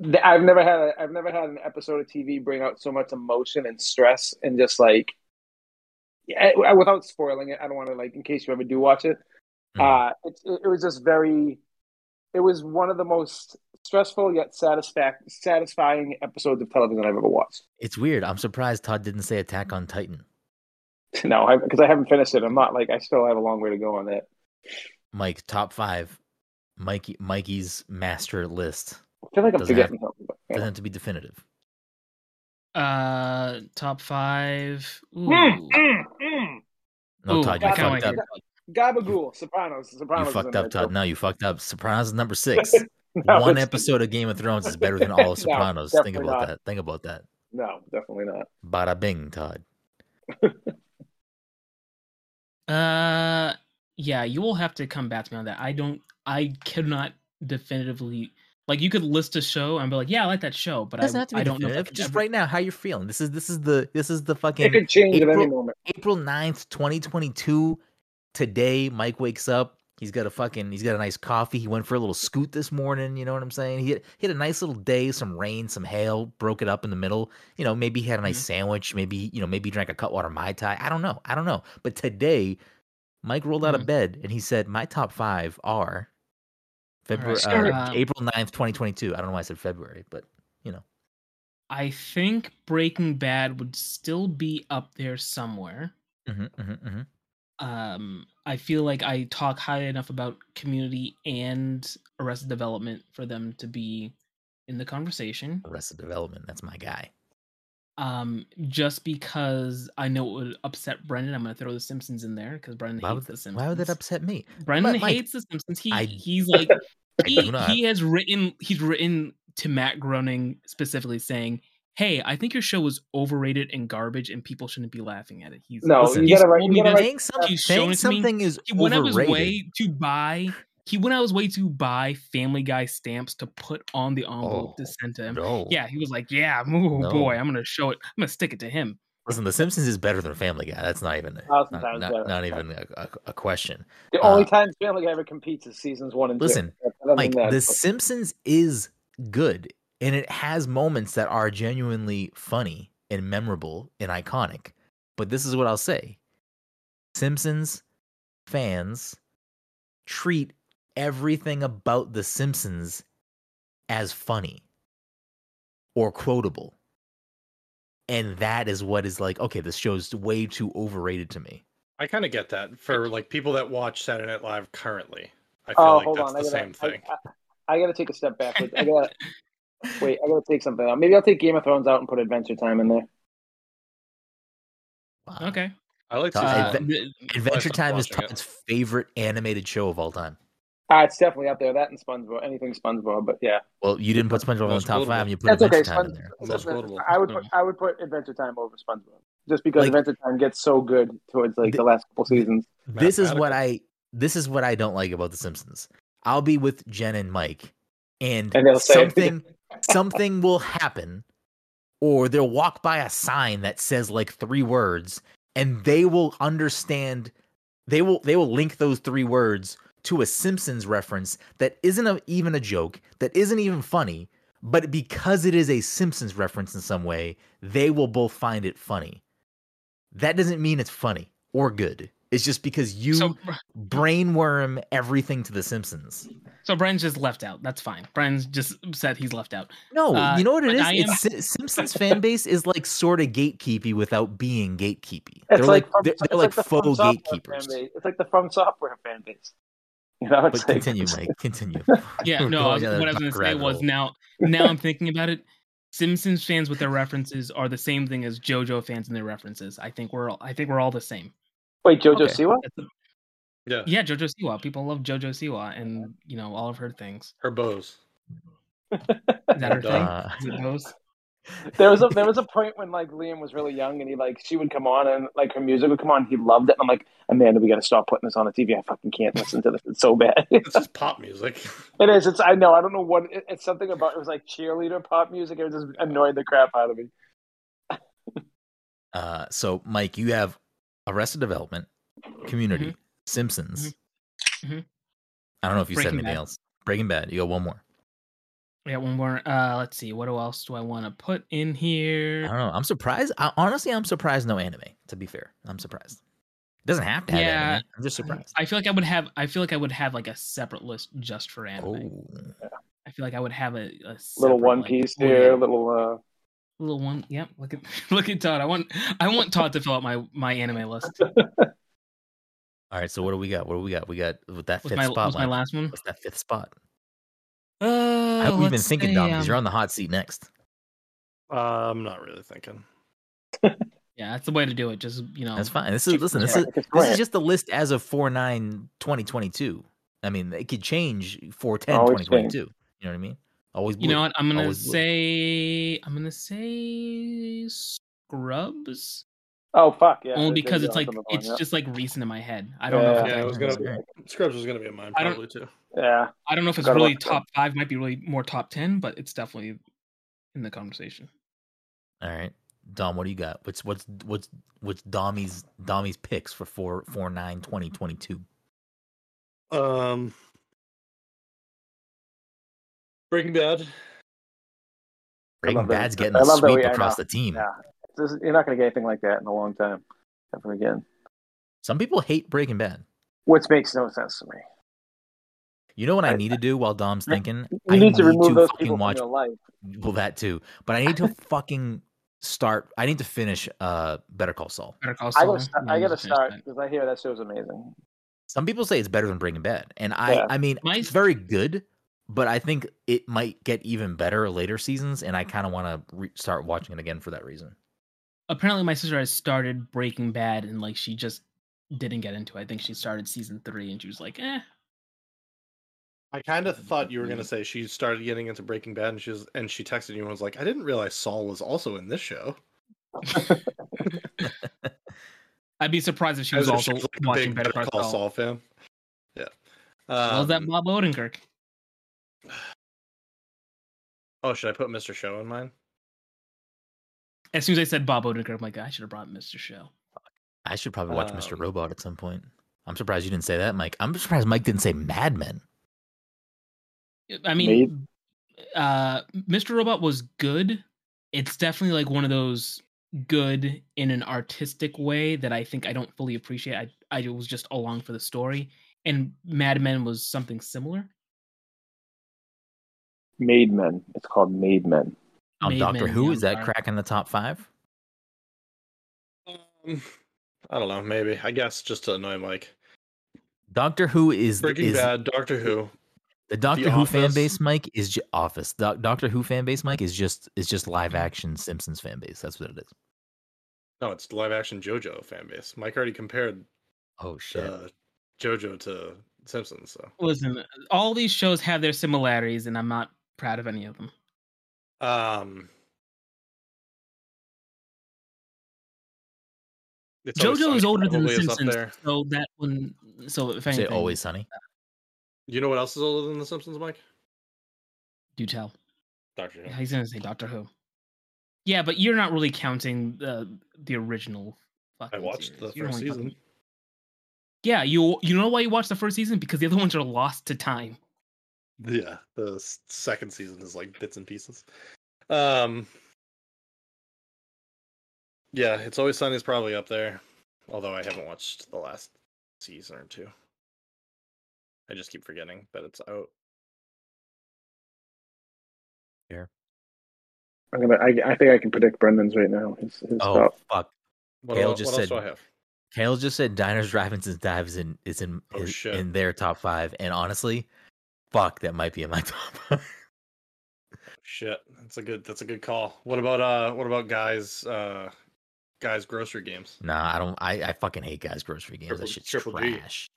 th- I've never had a, I've never had an episode of TV bring out so much emotion and stress and just like, yeah, I- without spoiling it. I don't want to like in case you ever do watch it. Mhm. Uh, it, it, it was just very, it was one of the most stressful yet satisfac- satisfying episodes of television I've ever watched. it's weird. I'm surprised Todd didn't say Attack on Titan. No, because I, haven't finished it. I'm not like, I still have a long way to go on that. Mike, top five. Mikey Mikey's master list. I feel like I'm Doesn't forgetting something. But, yeah. Doesn't have to be definitive. Uh, top five. Ooh. Mm, mm, mm. No, Ooh, Todd, you I Gotta can't fucked up. wait. Gabagool, Sopranos, Sopranos. You is in fucked there, up, Todd. too. No, you fucked up. Sopranos is number six. No, One it's- episode of Game of Thrones is better than all of No, Sopranos. Think definitely about not. that. Think about that. No, definitely not. Bada bing, Todd. Uh, yeah, you will have to come back to me on that. I don't. I cannot definitively. Like you could list a show and be like, yeah, I like that show, but Doesn't I, have to I be don't know. if I definitive. could Just ever- right now, how you're feeling. This is this is the this is the It fucking could change at any April- moment. April 9th, 2022. Today, Mike wakes up. He's got a fucking he's got a nice coffee. He went for a little scoot this morning, you know what I'm saying? He had, he had a nice little day, some rain, some hail, broke it up in the middle. You know, maybe he had a nice Mhm. sandwich, maybe, you know, maybe he drank a cutwater Mai Tai. I don't know. I don't know. But today, Mike rolled out of Mhm. bed and he said, My top five are February right, uh, uh, April 9th, 2022. I don't know why I said February, but I think Breaking Bad would still be up there somewhere. mhm, mhm, mhm. Um, I feel like I talk high enough about Community and Arrested Development for them to be in the conversation. Arrested Development. That's my guy. Um, just because I know it would upset Brendan, I'm gonna throw The Simpsons in there because Brendan Why would, hates The that, Simpsons. why would that upset me? Brendan Mike, hates The Simpsons. He I- he's like I he, do not. he has written he's written to Matt Groening specifically saying, "Hey, I think your show was overrated and garbage, and people shouldn't be laughing at it." He's No, Listen, you he's gotta write. told You me gotta this- write saying something, he's saying showing it to me. something is he went out of his overrated. way to buy. He went out of his way to buy Family Guy stamps to put on the envelope Oh, to send to him. No. Yeah, he was like, "Yeah, oh boy, No. I'm gonna show it. I'm gonna stick it to him." Listen, The Simpsons is better than Family Guy. That's not even not, Thousand times not, better. not even a, a, a question. The Uh, only time Family Guy ever competes is seasons one and Listen, two. Other than Like that, The it's- Simpsons is good and it has moments that are genuinely funny and memorable and iconic. But this is what I'll say. Simpsons fans treat everything about The Simpsons as funny or quotable. And that is what is like, okay, this show's way too overrated to me. I kind of get that for like people that watch Saturday Night Live currently. I feel Oh, like hold that's on. the I gotta, same I- thing. I, I gotta take a step backwards. I gotta wait. I gotta take something out. Maybe I'll take Game of Thrones out and put Adventure Time in there. Wow. Okay. I like Uh, season Uh, one. Adve- th- Adventure stopped Time is watching it. Todd's favorite animated show of all time. Uh, it's definitely out there. That and SpongeBob. Anything SpongeBob. But yeah, Well, you didn't put SpongeBob in the Most top quotable. five, and you put that's okay. Adventure Time in Spon- there. Most Spon- quotable. I would put I would put Adventure Time over SpongeBob just because Like- Adventure Time gets so good towards like Th- the, last couple seasons. This is what I this is what I don't like about The Simpsons. I'll be with Jen and Mike, and, And they'll say- something something will happen, or they'll walk by a sign that says like three words, and they will understand. They will they will link those three words to a Simpsons reference that isn't a, even a joke, that isn't even funny, but because it is a Simpsons reference in some way, they will both find it funny. That doesn't mean it's funny or good. It's just because you so brainworm everything to the Simpsons. so Bren's just left out. That's fine. Bren's just said he's left out. No, Uh, you know what it but is? I It's Si- Simpsons fan base is like sort of gatekeepy without being gatekeepy. It's they're like, From- they're, it's they're like the From faux Software gatekeepers. fan base. It's like the From Software fan base. You know, it's But like- continue, Mike. Continue. Oh, Yeah, We're no. I was, going down a what I was going to dark say rabbit was hole. now, now I'm thinking about it. Simpsons fans with their references are the same thing as JoJo fans and their references. I think we're all, I think we're all the same. Wait, JoJo Okay. Siwa? Yeah, Yeah, JoJo Siwa. People love JoJo Siwa, and you know all of her things. her bows. Is that her thing? Uh, Is it those? There was a there was a point when like Liam was really young and he like she would come on and like her music would come on. He loved it. And I'm like, Amanda, we got to stop putting this on the TV. I fucking can't listen to this. It's so bad. It's just pop music. It is. It's. I know. I don't know what. It, it's something about. It was like cheerleader pop music. It just annoyed the crap out of me. uh, so, Mike, you have Arrested Development, Community, Mm-hmm. Simpsons. Mhm. I don't know if you said Breaking anything Bad. else. Breaking Bad. You got one more. We got one more. Uh, let's see. What else do I want to put in I here? don't know. I'm surprised. I, honestly, I'm surprised no anime. To be fair, I'm surprised. It doesn't have to have Yeah, anime. I'm just surprised. I feel like I would have. I feel like I would have like a separate list just for anime. Oh, I feel like I would have a, a separate, Little One like, Piece oh, yeah, here. Little. uh, little one. Yep. Look at look at Todd. I want I want Todd to fill out my my anime list all right. So what do we got? What do we got? We got with that with fifth my spot. with my Mike. last one. What's that fifth spot? Uh, I hope you've been thinking, Dom, um, because you're on the hot seat next. Uh, I'm not really thinking. Yeah, that's the way to do it. Just you know, That's fine. This shoot is for listen. oh, the This Uh, is stars. this is just the list as of 4 9 2022. I mean, it could change 4 10 Always 2022. You know what I mean? Always blue. You know what? I'm gonna Always blue. say I'm gonna say Scrubs Oh fuck yeah. only they- they because do it's have like something on, it's yeah. just like recent in my head. I don't know. Yeah. If it's Yeah, I was actually- gonna. All right. Scrubs was gonna be in mine I don't- probably too. yeah. I don't know if it's Gotta really watch it. top five. Might be really more top ten, but it's definitely in the conversation. All right. Dom, what do you got? What's what's what's what's Dommy's Dommy's picks for 4 4 9 2022? Um, Breaking Bad. Breaking love that- Bad's getting I a love that sweep we- I across know. the team. Yeah. This is- you're not going to get anything like that in a long time. Ever again. Some people hate Breaking Bad. Which makes no sense to me. You know what I I- need to do while Dom's You thinking? You I need to remove those fucking people watch from your life. well that too. But I need to fucking start I need to finish uh Better Call Saul. Better Call I gotta, Saul, start, yeah, I you gotta just finished start that. because I hear that show's amazing. Some people say it's better than Breaking Bad, and I Yeah. I mean My- it's very good, but I think it might get even better later seasons, and I kind of want to re- start watching it again for that reason. Apparently, my sister has started Breaking Bad, and like she just didn't get into. it. I think she started season three, and she was like, "Eh, I kind of thought you were Mm-hmm. gonna say she started getting into Breaking Bad, and she was, and she texted you and was like, "I didn't realize Saul was also in this show." I'd be surprised if she I was if also was, like, a watching big Better Call Saul." fan. Yeah. How's that Um, Bob Odenkirk? Oh, should I put Mr. Show in mine? As soon as I said Bob Odenkirk, I'm like, I should have brought Mr. Show. I should probably watch Mr. Um, Robot at some point. I'm surprised you didn't say that, Mike. I'm surprised Mike didn't say Mad Men. I mean, uh, Mr. Robot was good. It's definitely like one of those good in an artistic way that I think I don't fully appreciate. I I was just along for the story, and Mad Men was something similar. Made Men. It's called Made Men. Um, Made Doctor Men, Who yeah, is I'm that sorry. cracking the top five? Um, I don't know. Maybe. I guess just to annoy Mike. Doctor Who is Breaking is Bad, Doctor Who. the Doctor The Who fan Office. base. Mike is ju- Office. Doc, Doctor Who fan base. Mike is just is just live action Simpsons fan base. That's what it is. No, it's live action JoJo fan base. Mike already compared Oh shit! uh, JoJo to Simpsons, so Listen, all these shows have their similarities, and I'm not proud of any of them. um. it's Always JoJo is Sunny older than The probably is up Simpsons, there. so that one. So if Say anything, always sunny. You know what else is older than The Simpsons, Mike? do tell. Doctor Yeah, Who. he's gonna say Doctor Who. Yeah, but you're not really counting the the original. I fucking watched series. the You're first only talking- season. Yeah, you you know why you watched the first season because the other ones are lost to time. Yeah, the s- second season is like bits and pieces. Um, yeah, it's always sunny is probably up there, although I haven't watched the last season or two. I just keep forgetting that it's out. I'm gonna. I, I think I can predict Brendan's right now. His, his Oh top. fuck! What, Dale el- just what else do I said- have? Kale just said Diners, Drive-ins, and Dives in, is in Oh, is shit. in their top five, and honestly, fuck, that might be in my top. five. Shit, that's a good that's a good call. What about uh what about guys uh guys grocery games? nah, I don't. I, I fucking hate guys' grocery games. Triple- that shit's Triple G. trash.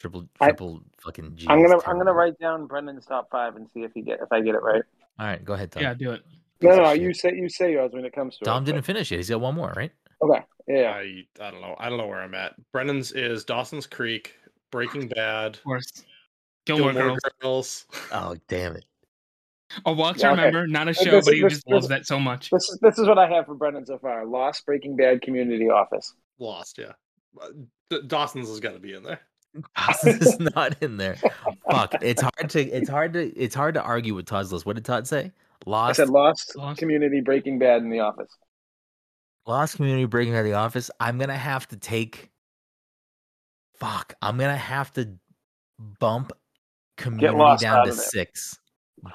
Triple I- triple fucking G. I'm is gonna I'm gonna terrible. write down Brendan's top five and see if he get if I get it right. All right, go ahead, Tom. Yeah, do it. No, Piece no, of no, shit. you say you say yours when it comes to Tom it, didn't finish it. He's got one more, right? but- Okay, yeah. I I don't know. I don't know where I'm at. Brennan's is Dawson's Creek, Breaking Bad, Of course. Gilmore, Gilmore Girls. Girls. Oh damn it! Oh, Walk to Yeah, okay. Remember, not a This show, is- but he this- just this- loves that so much. This is this is what I have for Brendan so far: Lost, Breaking Bad, Community Office. Lost, yeah. Uh, D- Dawson's has got to be in there. Toss is not in there. Fuck! It's hard to it's hard to it's hard to argue with Todd's list. What did Todd say? I Lost, said Lost, Lost. Community, Breaking Bad, and The Office. Lost Community, Breaking Out of the Office. I'm gonna have to take. Fuck! I'm gonna have to bump Community Lost down out to of there. six.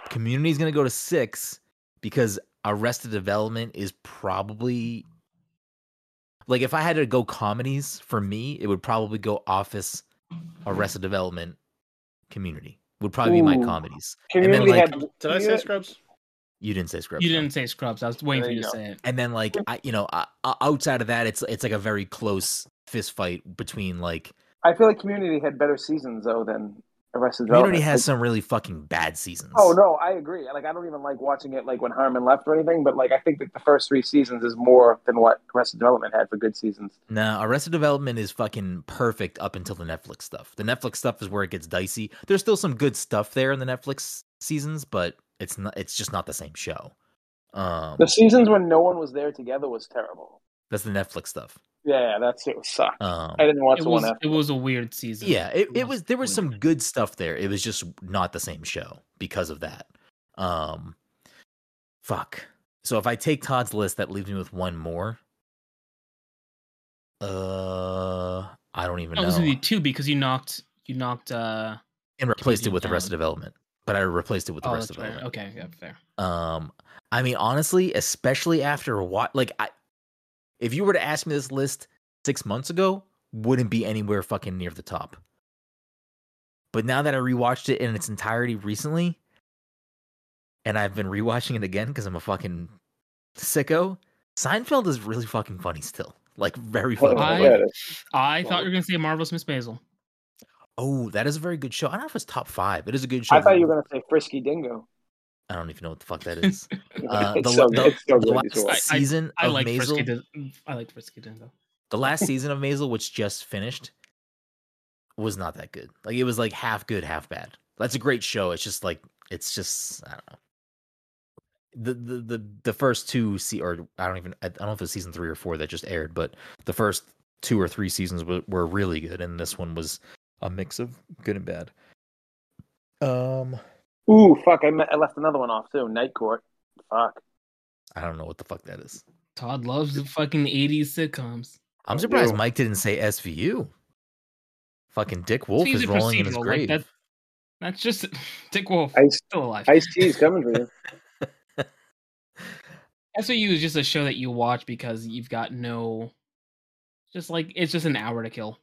Community's gonna go to six because Arrested Development is probably like if I had to go comedies for me, it would probably go Office, Arrested Development, Community would probably be my Ooh. comedies. then, Community like- had. Did I say Community- Scrubs? You didn't say Scrubs. You no. didn't say Scrubs. I was waiting There for you you to go. say it. and then like I, you know, I, I- outside of that, it's it's like a very close fist fight between like I feel like Community had better seasons though than Arrested Development. Community has Like, some really fucking bad seasons. Oh no, I agree. Like I don't even like watching it like when Harmon left or anything, but like I think that the first three seasons is more than what Arrested Development had for good seasons. No, Arrested Development is fucking perfect up until the Netflix stuff. The Netflix stuff is where it gets dicey. There's still some good stuff there in the Netflix seasons, but it's not. It's just not the same show. Um, The seasons when no one was there together was terrible. that's the Netflix stuff. Yeah, that's it. Sucked. Um, I didn't watch It the one was, after. it was a weird season. yeah, it, it was. There was some weird. good stuff there. It was just not the same show because of that. Um, fuck. So if I take Todd's list, that leaves me with one more. Uh, I don't even That know. was you too because you knocked you knocked. uh and replaced it Comedian with the rest of Down. development. But I replaced it with the Oh, rest of that's right. Okay, development. yeah, fair. Um, I mean, honestly, especially after a while, like I, if you were to ask me this list six months ago, wouldn't be anywhere fucking near the top. But now that I rewatched it in its entirety recently, and I've been rewatching it again because I'm a fucking sicko, Seinfeld is really fucking funny still. Like very Well, fucking. I- funny. yeah, I thought Well- you were gonna say Marvelous Miss Basil. Oh, that is a very good show. I don't know if it's top five. It is a good show. I thought you were gonna say Frisky Dingo. I don't even know what the fuck that is. Uh, it's, the, so, the- good. it's so the good. last It's all right. I- season I of like Maisel, Frisky. Din- I like Frisky Dingo. the last season of Maisel, which just finished, was not that good. Like it was like half good, half bad. That's a great show. It's just like it's just I don't know. The the the, the first two see or I don't even I don't know if it's season three or four that just aired, but the first two or three seasons were, were really good, and this one was a mix of good and bad. Um, Ooh, fuck! I, met, I left another one off too. Night Court. Fuck. I don't know what the fuck that is. Todd loves the fucking '80s sitcoms. I'm Oh, surprised ew. Mike didn't say SVU. Fucking Dick Wolf Seems is a rolling in his procedural, like, grave. that- That's just Dick Wolf Ice still alive. Ice T's coming for you. SVU is just a show that you watch because you've got no, just like it's just an hour to kill.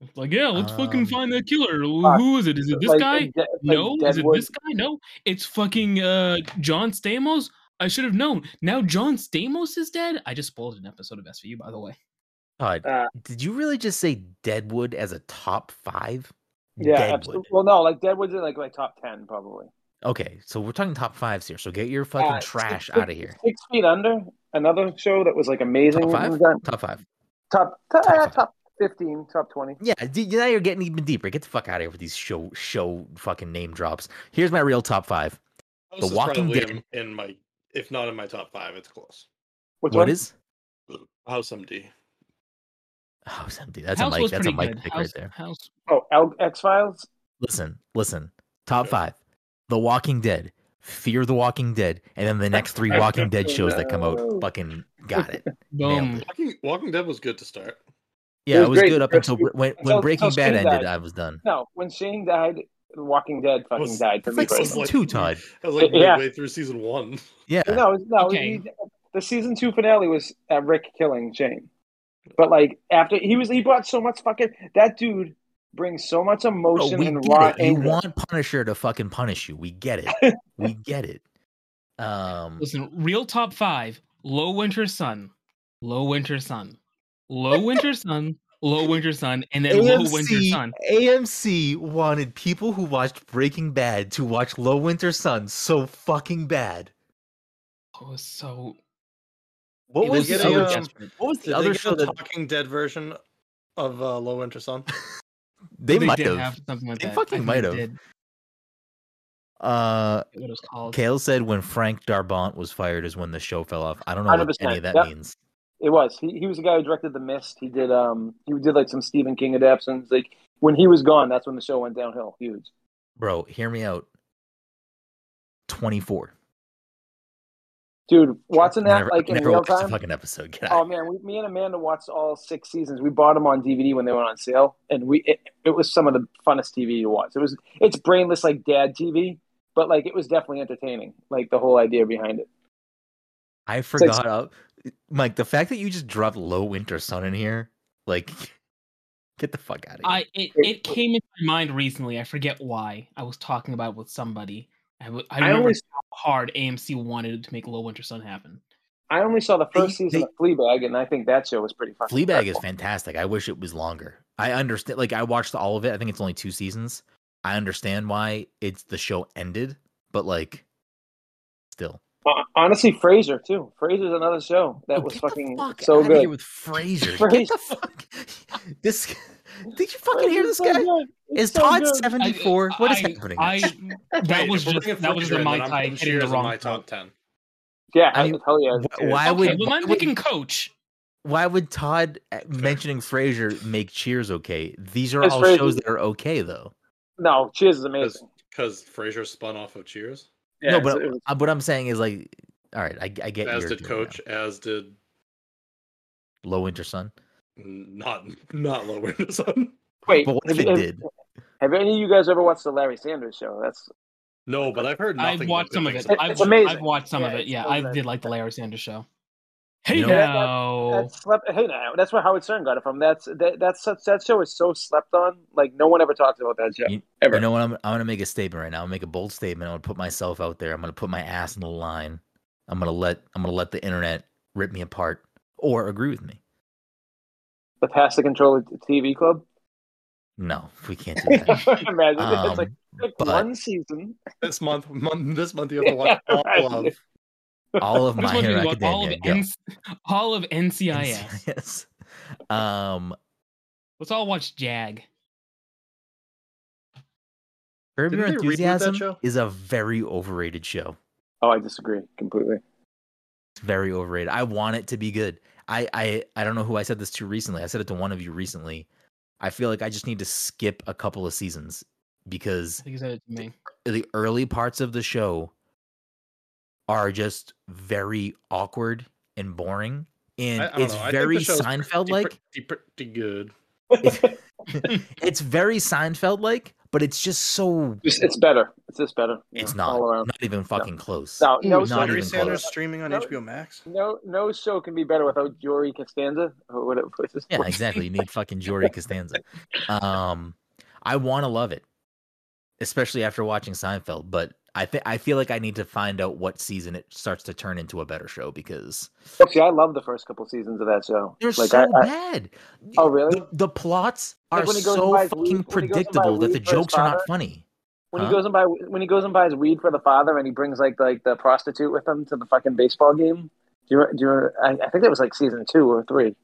It's like, yeah, let's Um, fucking find the killer. Who- fuck. Who is it? Is it It's this like- guy? it's de- it's like no. is it Deadwood. this guy? No. It's fucking uh John Stamos. I should have known. Now John Stamos is dead. I just spoiled an episode of SVU, by the way. Todd, Uh, did you really just say Deadwood as a top five? Yeah, Deadwood. absolutely. Well, no, like Deadwood's in like like top ten probably. Okay, so we're talking top fives here. So get your fucking Uh, trash Six- out of here. Six Feet Under, another show that was like amazing. Top when it was five? done. Top five. Top top, Top eh, five. top fifteen, top twenty. Yeah, d- now you're getting even deeper. Get the fuck out of here with these show show fucking name drops. Here's my real top five. House is Walking probably Dead. in, in my if not in my top five, it's close. Which what one? is? House MD. Oh, it's empty. That's a mic. was That's a pretty mic good. pick House, right there. House. Oh, Al- X Files. listen, listen. Top Yeah. five: The Walking Dead, Fear the Walking Dead, and then the next three Walking Dead shows that come out. Oh, No. Fucking got it. Nailed Boom. it. Walking Walking Dead was good to start. Yeah, it was was great. good up until Until- when until when Breaking Bad Shane ended. died. I was done. No, when Shane died, The Walking Dead fucking Was- died for It's me. like Right. season personally. Like- two, Todd. I was like Yeah. midway through season one. Yeah, No, it was- no, it was- Okay. the season two finale was uh, Rick killing Shane. But like after he was, he brought so much fucking. That dude brings so much Bro, emotion Oh, we and get raw it. You anger. want Punisher to fucking punish you. We get it. we get it. Um, Listen, real top five: Low Winter Sun, Low Winter Sun, Low Winter Sun, Low Winter Sun, and then Low Winter AMC, Sun. AMC wanted people who watched Breaking Bad to watch Low Winter Sun so fucking bad. Oh, so What it was was get the a, other, um, desperate. what was Did the other they show get a that Talking Dead version of uh, Low Winter Sun? they, might did have? something like They that. I fucking think might they have. did. Uh, What it was called? Kale said when Frank Darbont was fired is when the show fell off. I don't know what 100%, any of that yep. means. It was. He, he was the guy who directed The Mist. He did um he did like some Stephen King adaptations. Like when he was gone, that's when the show went downhill. Huge. Bro, hear me out. 24. Dude, watching that never, like in never real watched a time. fucking episode. Get out. Oh man, we, me and Amanda watched all six seasons. We bought them on DVD when they were on sale, and we it, it was some of the funnest TV to watch. It was it's brainless like dad TV, but like it was definitely entertaining. Like the whole idea behind it. I forgot. uh, Mike, the fact that you just dropped Low Winter Sun in here, like, get the fuck out of here. I it, it came into my mind recently. I forget why. I was talking about it with somebody. I, w- I I remember only how hard AMC wanted to make Low Winter Sun happen. I only saw the first They- season they- of Fleabag, and I think that show was pretty fun. Fleabag is fantastic. I wish it was longer. I understand. Like I watched all of it. I think it's only two seasons. I understand why it's the show ended, but like, still. Uh, honestly Frasier too. Frasier's another show that Oh, was get the fucking fuck so outta good. Here with Frasier. Get the fuck. This. Did you fucking hear this Frasier's guy? so good. It's Is so Todd good. I- seventy four? What is I- happening? I that Wait, was if we're just bringing that was Frasier the in, my then I'm tie putting hitting the Cheers in wrong. my button. top ten. Yeah, I I, mean, hell yeah. Wh- dude. why okay, would well, why I'm would, picking Coach. why would Todd uh, mentioning Frasier make Cheers okay? These are It's all Frasier. shows that are okay though. No, Cheers is amazing. Because Frasier spun off of Cheers, Yeah, no, it's- but it was- uh, what I'm saying is like, all right, I, I get as your did joke Coach, as did now. Low Winter Sun. n- not not Low Winter Sun. wait, But what if have- it have- did? Have any of you guys ever watched the Larry Sanders Show? That's No, but I've heard nothing. I've but watched good some of things it. about I've, It's amazing. I've watched some of Yeah, it. Yeah, it's I amazing. did like the Larry Sanders show. Hey know- Yeah, now, that's slept. Hey, now that's where Howard Stern got it from. That's that that's such, that show is so slept on. Like no one ever talks about that show ever. You know what? I'm, I'm going to make a statement right now. I'm gonna make a bold statement. I'm going to put myself out there. I'm going to put my ass on the line. I'm going to let I'm going to let the internet rip me apart or agree with me. the Pass the Controller TV Club. No, we can't do that. Imagine it's like um, pick but- one season. this month, month. This month you have to watch Yeah, all right. of Um, all of I just my want to hair talk about all of academia. Go. N- all of NCIS. Yes. Um, Let's all watch Jag. Curb Your Didn't they reboot that Enthusiasm show? is a very overrated show. Oh, I disagree completely. It's very overrated. I want it to be good. I, I I don't know who I said this to recently. I said it to one of you recently. I feel like I just need to skip a couple of seasons because I think you said it to me. the early parts of the show are just very awkward and boring. And I don't it's know. I think the very show's pretty- Seinfeld like. pretty, pretty good. It's very Seinfeld like, but it's just so Just, it's better. It's just better. it's Yeah, not all around. not even fucking close. No, no, Ooh, show- not Larry even Sanders close. streaming on No. HBO Max. no, no show can be better without Jory Costanza. Or whatever. Yeah, exactly. You need fucking Jory Costanza. Um, I want to love it, especially after watching Seinfeld. But I think I feel like I need to find out what season it starts to turn into a better show because See, I love the first couple seasons of that show. they're like so I, I, bad. oh, really? The, the plots Like are when he goes and so buys fucking weed- when he goes and buys predictable that weed the for his jokes are not father. funny. When Huh? he goes and buy when he goes and buys weed for the father, and he brings like like the prostitute with him to the fucking baseball game. Do you do you? I, I think that was like season two or three.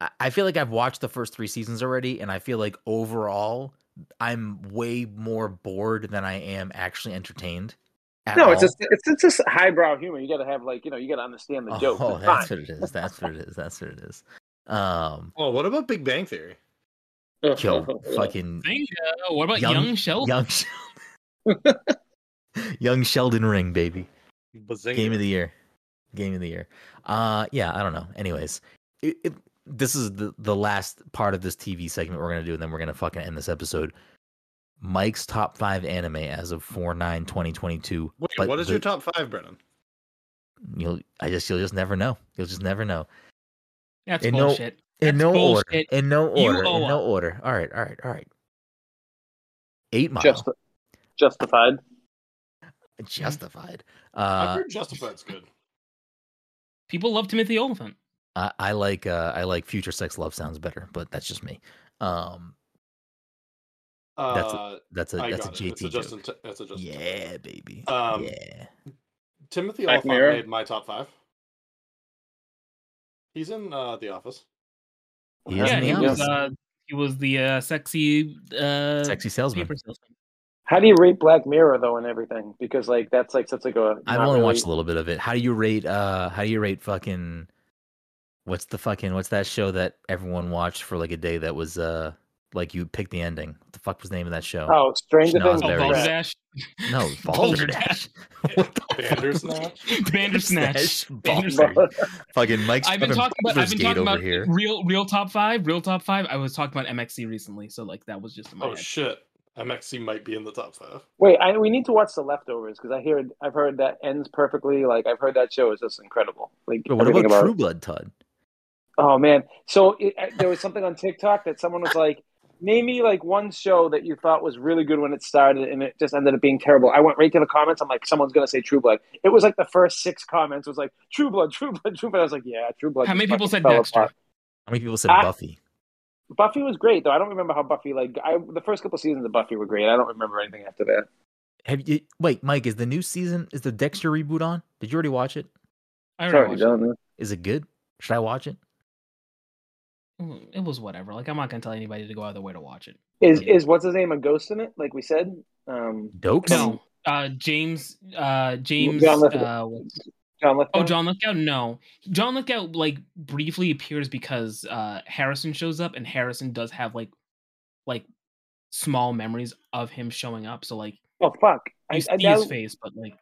I- I feel like I've watched the first three seasons already, and I feel like overall I'm way more bored than I am actually entertained. at No, it's all. just it's, it's just highbrow humor. You got to have like you know you got to understand the joke. Oh, It's that's fine. what it is. That's what it is. That's what it is. Um, Well, what about Big Bang Theory? yo, fucking Think, uh, what about Young- Young, Sheldon? young, Sheldon. young Sheldon Ring, baby. Bazinga. Game of the year. Game of the year. Uh, yeah, I don't know. Anyways, it, it, this is the the last part of this TV segment we're gonna do, and then we're gonna fucking end this episode. Mike's top five anime as of four nine 2022. Wait, but what is the- your top five, Brennan? You'll, I just, you'll just never know. You'll just never know. That's And no- bullshit. That's In no order. bullshit. In no You order. In owe no us. order. All right. All right. All right. Eight Mile. Just, justified. Justified. I've Uh, heard Justified's good. People love Timothy Oliphant. I, I like uh, I like Future Sex Love sounds better, but that's just me. Um, That's a- Uh, that's a I that's a got it. It's JT a Justin. joke. T- that's a Justin. Timberlake. yeah, baby. Um, yeah. Timothy Black Oliphant Mirror. made my top five. He's in uh, The Office. He Yeah, is yeah, in the he was, office. uh, he was the uh, sexy uh, Sexy salesman. paper salesman. How do you rate Black Mirror though and everything? Because like that's like such like a. I've not only really- watched a little bit of it. How do you rate? Uh, how do you rate fucking? What's the fucking? What's that show that everyone watched for like a day? That was uh, like you picked the ending. What the fuck was the name of that show? Oh, Stranger Schnoz Things. Oh, There he is. Balderdash. No, Balderdash. What the fuck? Bandersnatch? Bandersnatch. Balderdash. Fucking Mike's I've been fucking talking about I've been Baldur's Gate talking over about here. real real top five, real top five. I was talking about MXC recently, so like that was just in my Oh head. shit! MXC might be in the top five. Wait, I, we need to watch The Leftovers because I hear I've heard that ends perfectly. Like I've heard that show is just incredible. Like But what about, everything about True Blood, Todd? Oh man! So it, I- there was something on TikTok that someone was like, "Name me like one show that you thought was really good when it started, and it just ended up being terrible." I went right to the comments. I'm like, "Someone's gonna say True Blood." It was like the first six comments was like True Blood, True Blood, True Blood. I was like, "Yeah, True Blood." How just many people said fucking fell Dexter? apart. How many people said Ah. Buffy? Buffy was great though. I don't remember how Buffy like I, the first couple seasons of Buffy were great. I don't remember anything after that. Have you? Wait, Mike, is the new season? Is the Dexter reboot on? Did you already watch it? I already Sorry, watched John. Is it good? Should I watch it? it. it was whatever. Like I'm not gonna tell anybody to go out of their way to watch it. Is Yeah. is what's his name a ghost in it? Like we said, um, Dokes? No. Uh James uh James John Lithgow. uh John Lithgow. Oh, John Lithgow? No. John Lithgow like briefly appears because uh Harrison shows up and Harrison does have like like small memories of him showing up. So like Oh fuck! you I, see I, now, his face, but like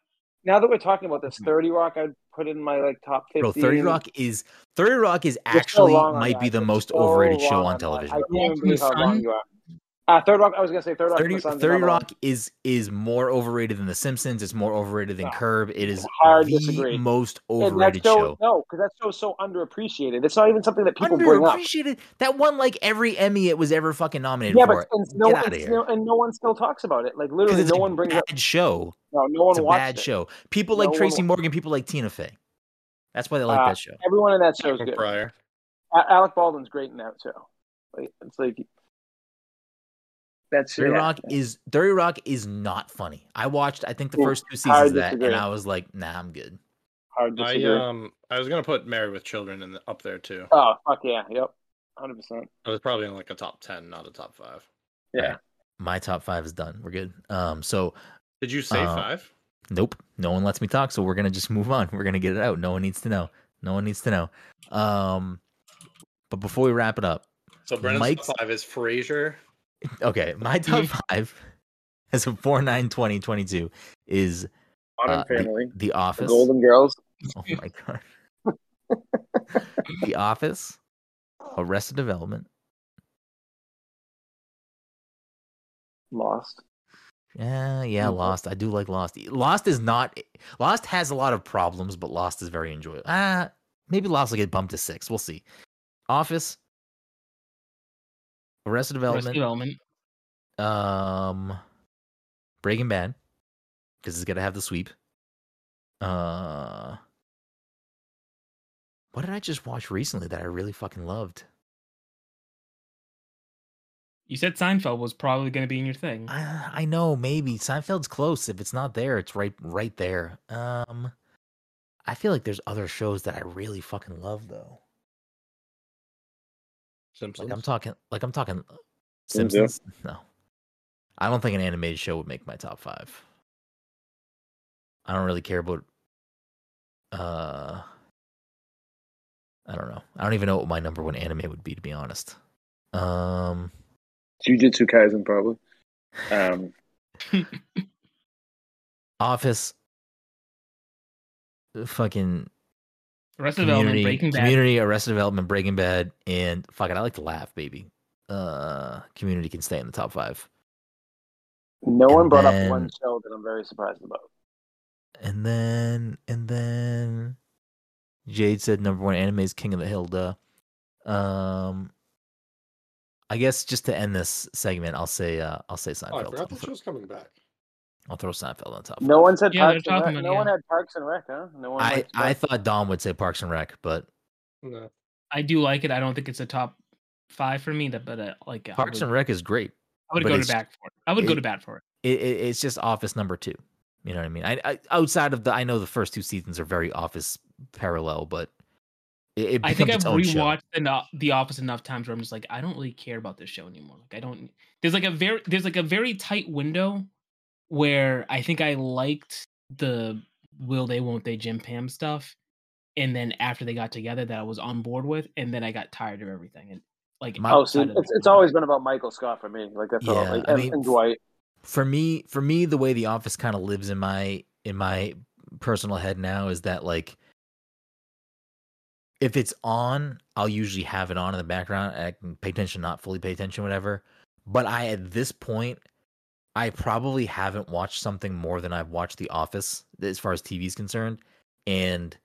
now that we're talking about this, Thirty Rock, I'd put in my like top fifty. Mm-hmm. Bro, Thirty Rock is Thirty Rock is You're so actually wrong on might be that. the You're most so overrated show wrong on that. television. I can't Walking even believe how wrong Sun? you are. Uh, Third Rock, I was gonna say Third Rock. 30, from the Sun's 30 another Rock is is more overrated than The Simpsons. It's more overrated than No. Curb. It is Hard the disagree. most one. And overrated that show, show. No, because that show's so underappreciated. It's not even something that people bring up. Underappreciated. That one like every Emmy it was ever fucking nominated Yeah, for. but and no, Get outta it's here. no- and no one still talks about it. Like because literally, it's no a one brings bad up. show. No, no one It's a watched bad it. show. People No like one Tracy wa- Morgan. People like Tina Fey. That's why they like Uh, that show. Everyone in that show is good. Prior. A- Alec Baldwin's great in that show. Like, it's like that's Dirty yeah. Rock is Dirty Rock is not funny. I watched I think the Mm, first two I seasons of that, and disagree. I was like, nah, I'm good. hard to I disagree. um I was gonna put Married with Children in the, up there too. Oh fuck yeah! Yep, hundred percent. I was probably in like a top ten, not a top five. Yeah. My top five is done. We're good. Um, so Did you say Uh, five? nope, no one lets me talk, so we're gonna just move on. We're gonna get it out. No one needs to know. No one needs to know. Um, but before we wrap it up, So Brennan's Mike's- top five is Frasier. okay, my top Mm-hmm. five as a four nine twenty twenty two is Modern Uh, Family, The The Office. Golden Girls. Oh my god. the Office, Arrested Development, Lost. Yeah, yeah, Mhm. Lost. I do like Lost. Lost is not Lost has a lot of problems, but Lost is very enjoyable. Ah, maybe Lost will get bumped to six. We'll see. Office, Arrested Arrested Development, development. um, Breaking Bad, because it's gonna have the sweep. Uh, what did I just watch recently that I really fucking loved? You said Seinfeld was probably gonna be in your thing. I, Uh, I know, maybe Seinfeld's close. If it's not there, it's right, right there. Um, I feel like there's other shows that I really fucking love though. Like Simpsons. I'm talking, like I'm talking uh, Same deal. Simpsons. No, I don't think an animated show would make my top five. I don't really care about. Uh, I don't know. I don't even know what my number one anime would be, to be honest. Um, Jujutsu Kaisen, probably. Um, Office. Fucking Arrested community, Development, Breaking Bad. community, Arrested Development, Breaking Bad, and fuck it, I like to laugh, baby. Uh, community can stay in the top five, no one brought then- up one show that I'm very surprised about. and then and then Jade said number one anime is King of the Hill. Duh. Um, I guess just to end this segment, I'll say uh, I'll say Oh, I Seinfeld. I'll, forgot the throw, show's coming back. I'll throw Seinfeld on top. No one said Yeah, they're Parks and talking Rec. about- No one yeah. had Parks and Rec, huh? No one. I liked I Parks- thought Dom would say Parks and Rec, but No. I do like it. I don't think it's a top five for me, that- but uh, like I Parks would, and Rec is great. I would but go to it's- bat for it. I would go it- to bat for it. It, it, it's just Office number two. You know what I mean? I, I outside of the I know the first two seasons are very Office parallel, but it, it I think I've becomes its own show. rewatched the, no- the Office enough times where I'm just like, I don't really care about this show anymore. Like, I don't. There's like a very there's like a very tight window where I think I liked the will they won't they Jim Pam stuff, and then after they got together, that I was on board with, and then I got tired of everything. And like, My- Oh, see, outside of it's, that it's show. always been about Michael Scott for me. Like that's all. Yeah, Like, I and, mean, and Dwight. for me for me the way the office kind of lives in my in my personal head now is that like if it's on i'll usually have it on in the background and i can pay attention not fully pay attention whatever but i at this point i probably haven't watched something more than i've watched the office as far as tv is concerned and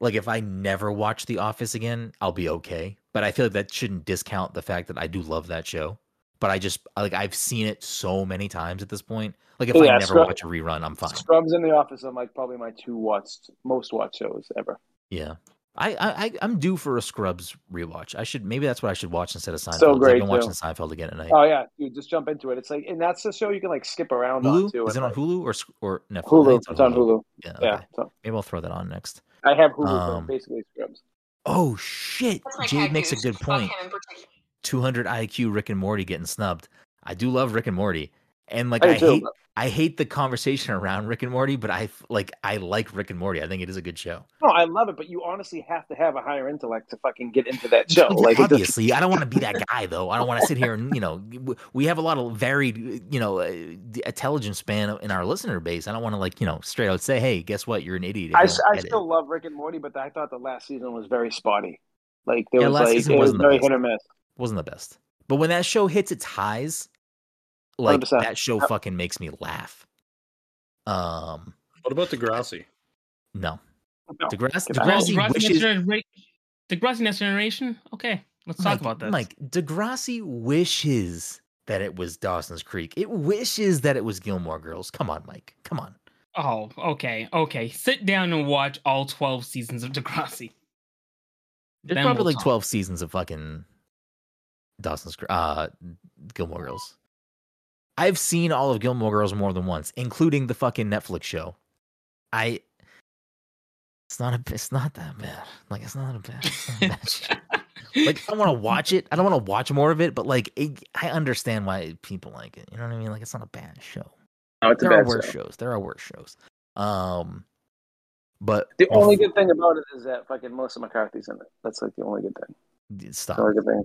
like if i never watch the office again i'll be okay but i feel like that shouldn't discount the fact that i do love that show but i just like i've seen it so many times at this point like if i Yeah, never Scrub- watch a rerun i'm fine Scrubs in the Office are like probably my two watched, most watched shows ever. Yeah. I, I I- I'm due for a Scrubs rewatch. I should maybe that's what I should watch instead of Seinfeld. 'cause I've great, been watching too. Seinfeld again tonight. Oh yeah, dude, just jump into it. It's like, and that's the show you can like skip around on too. Hulu is and, it on like, Hulu or Sc- or Netflix? I think Hulu? It's on Hulu. Yeah, Yeah, okay. so Maybe I'll throw that on next. I have Hulu Um, for basically Scrubs. Oh shit! That's my Jade cat makes a Goose. good Fuck point. him in particular. 200 IQ Rick and Morty getting snubbed. I do love Rick and Morty, and like I I, do too. hate I hate the conversation around Rick and Morty, but I f- like I like Rick and Morty. I think it is a good show. No, I love it, but you honestly have to have a higher intellect to fucking get into that show. Well, yeah, Like, it just- obviously, I don't want to be that guy though. I don't want to sit here and you know, w- we have a lot of varied, you know, uh, d- intelligence span in our listener base. I don't want to like you know straight out say, hey, guess what, you're an idiot. if I, you s- don't I get it." still love Rick and Morty, but I thought the last season was very spotty. Like there Yeah, was last like season it was wasn't the very best. hit or miss. wasn't the best, but when that show hits its highs, like 100%. that show Yep. fucking makes me laugh. Um, What about Degrassi? no, No. DeGrasse, Get out. Degrassi, Degrassi Degrassi wishes. Next Genera- Degrassi Next Generation. Okay, let's Mike, talk about that. Mike, Degrassi wishes that it was Dawson's Creek. It wishes that it was Gilmore Girls. Come on, Mike. Come on. Oh, okay, okay. Sit down and watch all twelve seasons of Degrassi. There's Then probably we'll like talk. 12 seasons of fucking Dawson's Cr- uh Gilmore Girls. I've seen all of Gilmore Girls more than once, including the fucking Netflix show. I it's not a it's not that bad. Like it's not a bad, it's not a bad show. Like I don't want to watch it. I don't want to watch more of it, but like it, I understand why people like it. You know what I mean? Like it's not a bad show. No, it's a There are bad worse show. shows. There are worse shows. Um but oh, The only good thing about it is that fucking Melissa McCarthy's in it. That's like the only good thing. stop. The only good thing.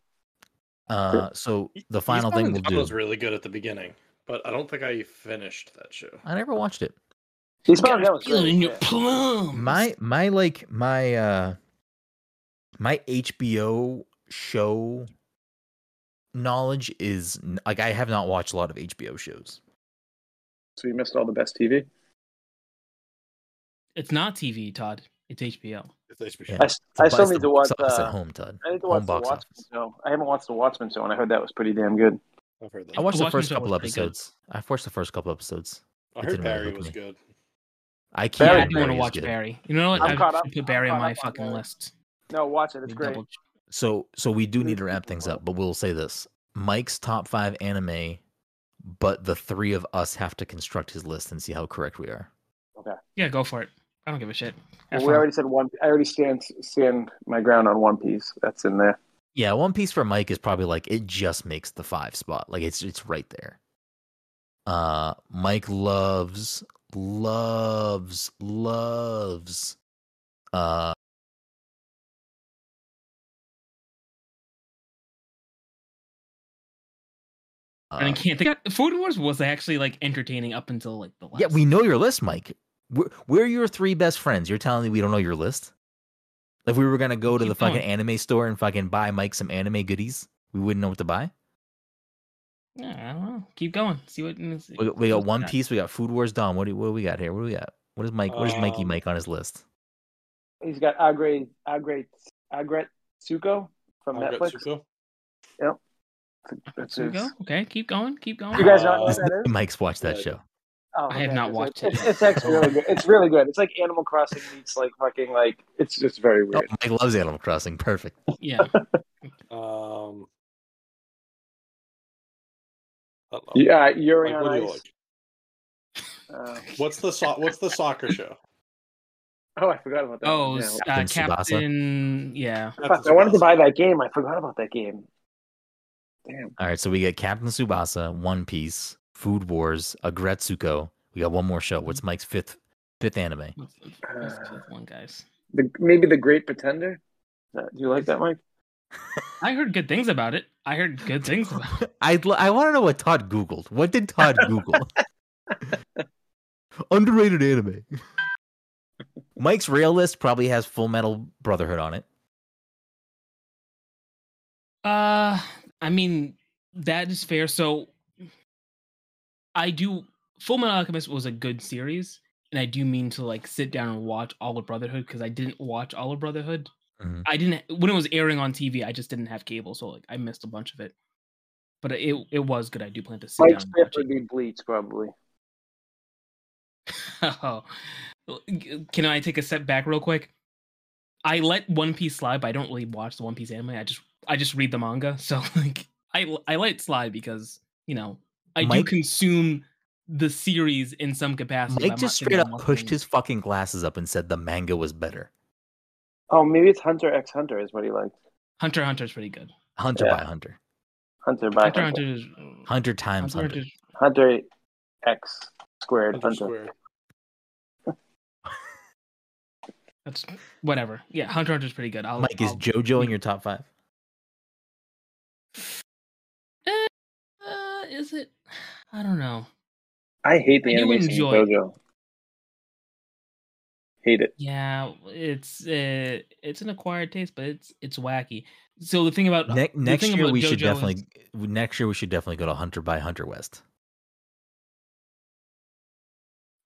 Uh so the final Eastbound thing and we'll Down do was really good at the beginning, but I don't think I finished that show. I never watched it. He's probably Oh, that was Feeling great. your yeah. plums. My my like my uh my HBO show knowledge is n- like I have not watched a lot of HBO shows. So we missed all the best TV. It's not TV, Todd. It's HBO. It's HBO. Yeah. I, s- It's a I still box need to watch. box office at Uh, home, Todd. I need to Home watch the box Watchmen office. show. I haven't watched the Watchmen show, and I heard that was pretty damn good. I've heard that. I I, watched the Watchmen first show couple was pretty good. episodes. I've watched the first couple episodes. heard didn't really Barry hook was me. good. I keep Barry- yeah, I do want to is watch good. Barry. You know what? I'm I caught should up- put I'm Barry on caught my up on fucking Barry. list. No, watch it. Let It's me great. double- So so we do need to Mhm. wrap things up, but we'll say this. Mike's top 5 anime, but the three of us have to construct his list and see how correct we are. Yeah, go for it. I don't give a shit. Have Well, we fun. already said one. I already stand stand my ground on One Piece. That's in there. Yeah, One Piece for Mike is probably like it just makes the five spot. Like it's it's right there. Uh Mike loves, loves, loves uh and I uh, can't think. Food Wars was actually like entertaining up until like the last. Yeah, we know your list, Mike. We're, we're your three best friends. You're telling me we don't know your list? If we were gonna go to Keep the fucking going. anime store and fucking buy Mike some anime goodies, we wouldn't know what to buy. Yeah, I don't know. Keep going. See what. We, we got One piece. Piece. We got Food Wars. Dom, what do, what do we got here? What do we got? What is Mike? What is Mikey Um, Mike on his list? He's got Agre Agre Agret Tsuko from I've got Netflix. Zuko. It's- There we go. it's- Okay, keep going, keep going. You guys don't know Uh, what that is? Mike's watched that Good. show. Oh, I have not it's- watched it's, it. It's actually really good. It's really good. It's like Animal Crossing meets like fucking like. It's just very Oh, weird. Mike loves Animal Crossing. Perfect. Yeah, Um, I Oh. don't know. Yeah, uh, Yuri Like, on what do you Ice. like? Uh, What's the so- what's the soccer show? oh, I forgot about that. Oh, Yeah. s- uh, Captain Tsubasa. Captain. Yeah. Fuck, I wanted to buy that game. I forgot about that game. Damn. All right, so we got Captain Subasa, One Piece, Food Wars, Agretsuko. We got one more show. What's Mike's fifth fifth anime? What's the what's the fifth one, guys? The, maybe the Great Pretender. Is that- Uh, Do you like that, Mike? I heard good things about it. I heard good things about it. I'd l- I want to know what Todd Googled. What did Todd Google? Underrated anime. Mike's rail list probably has Full Metal Brotherhood on it. Uh, I mean, that is fair. So, I do. Full Metal Alchemist was a good series, and I do mean to like sit down and watch all of Brotherhood because I didn't watch all of Brotherhood. Mhm. I didn't when it was airing on TV. I just didn't have cable, so like I missed a bunch of it. But it it was good. I do plan to sit Mike's down and fifth watch would be Bleach, probably. it. Well, g- Can I take a step back real quick? I let One Piece slide, but I don't really watch the One Piece anime. I just I just read the manga, so like I l- I let it slide because you know I do Mike- consume the series in some capacity. but Mike I'm just not sitting straight down up watching- pushed his fucking glasses up and said the manga was better. Oh, maybe it's Hunter X Hunter is what he likes. Hunter x Hunter is pretty good. Hunter Yeah. by Hunter. Hunter by Hunter Hunter. x Hunter. Hunter is Hunter times Hunter x Hunter. Hunter. X squared Hunter Hunter. Square. That's whatever. Yeah, Hunter x Hunter is pretty good. I'll, Mike, is I'll- JoJo in your top five? uh, is it? I don't know. I hate the I do animation in enjoy it. JoJo. Hate it. Yeah, it's uh, it's an acquired taste, but it's it's wacky. So the thing about Ne- the next thing year about we should JoJo is- definitely next year we should definitely go to Hunter by Hunter West.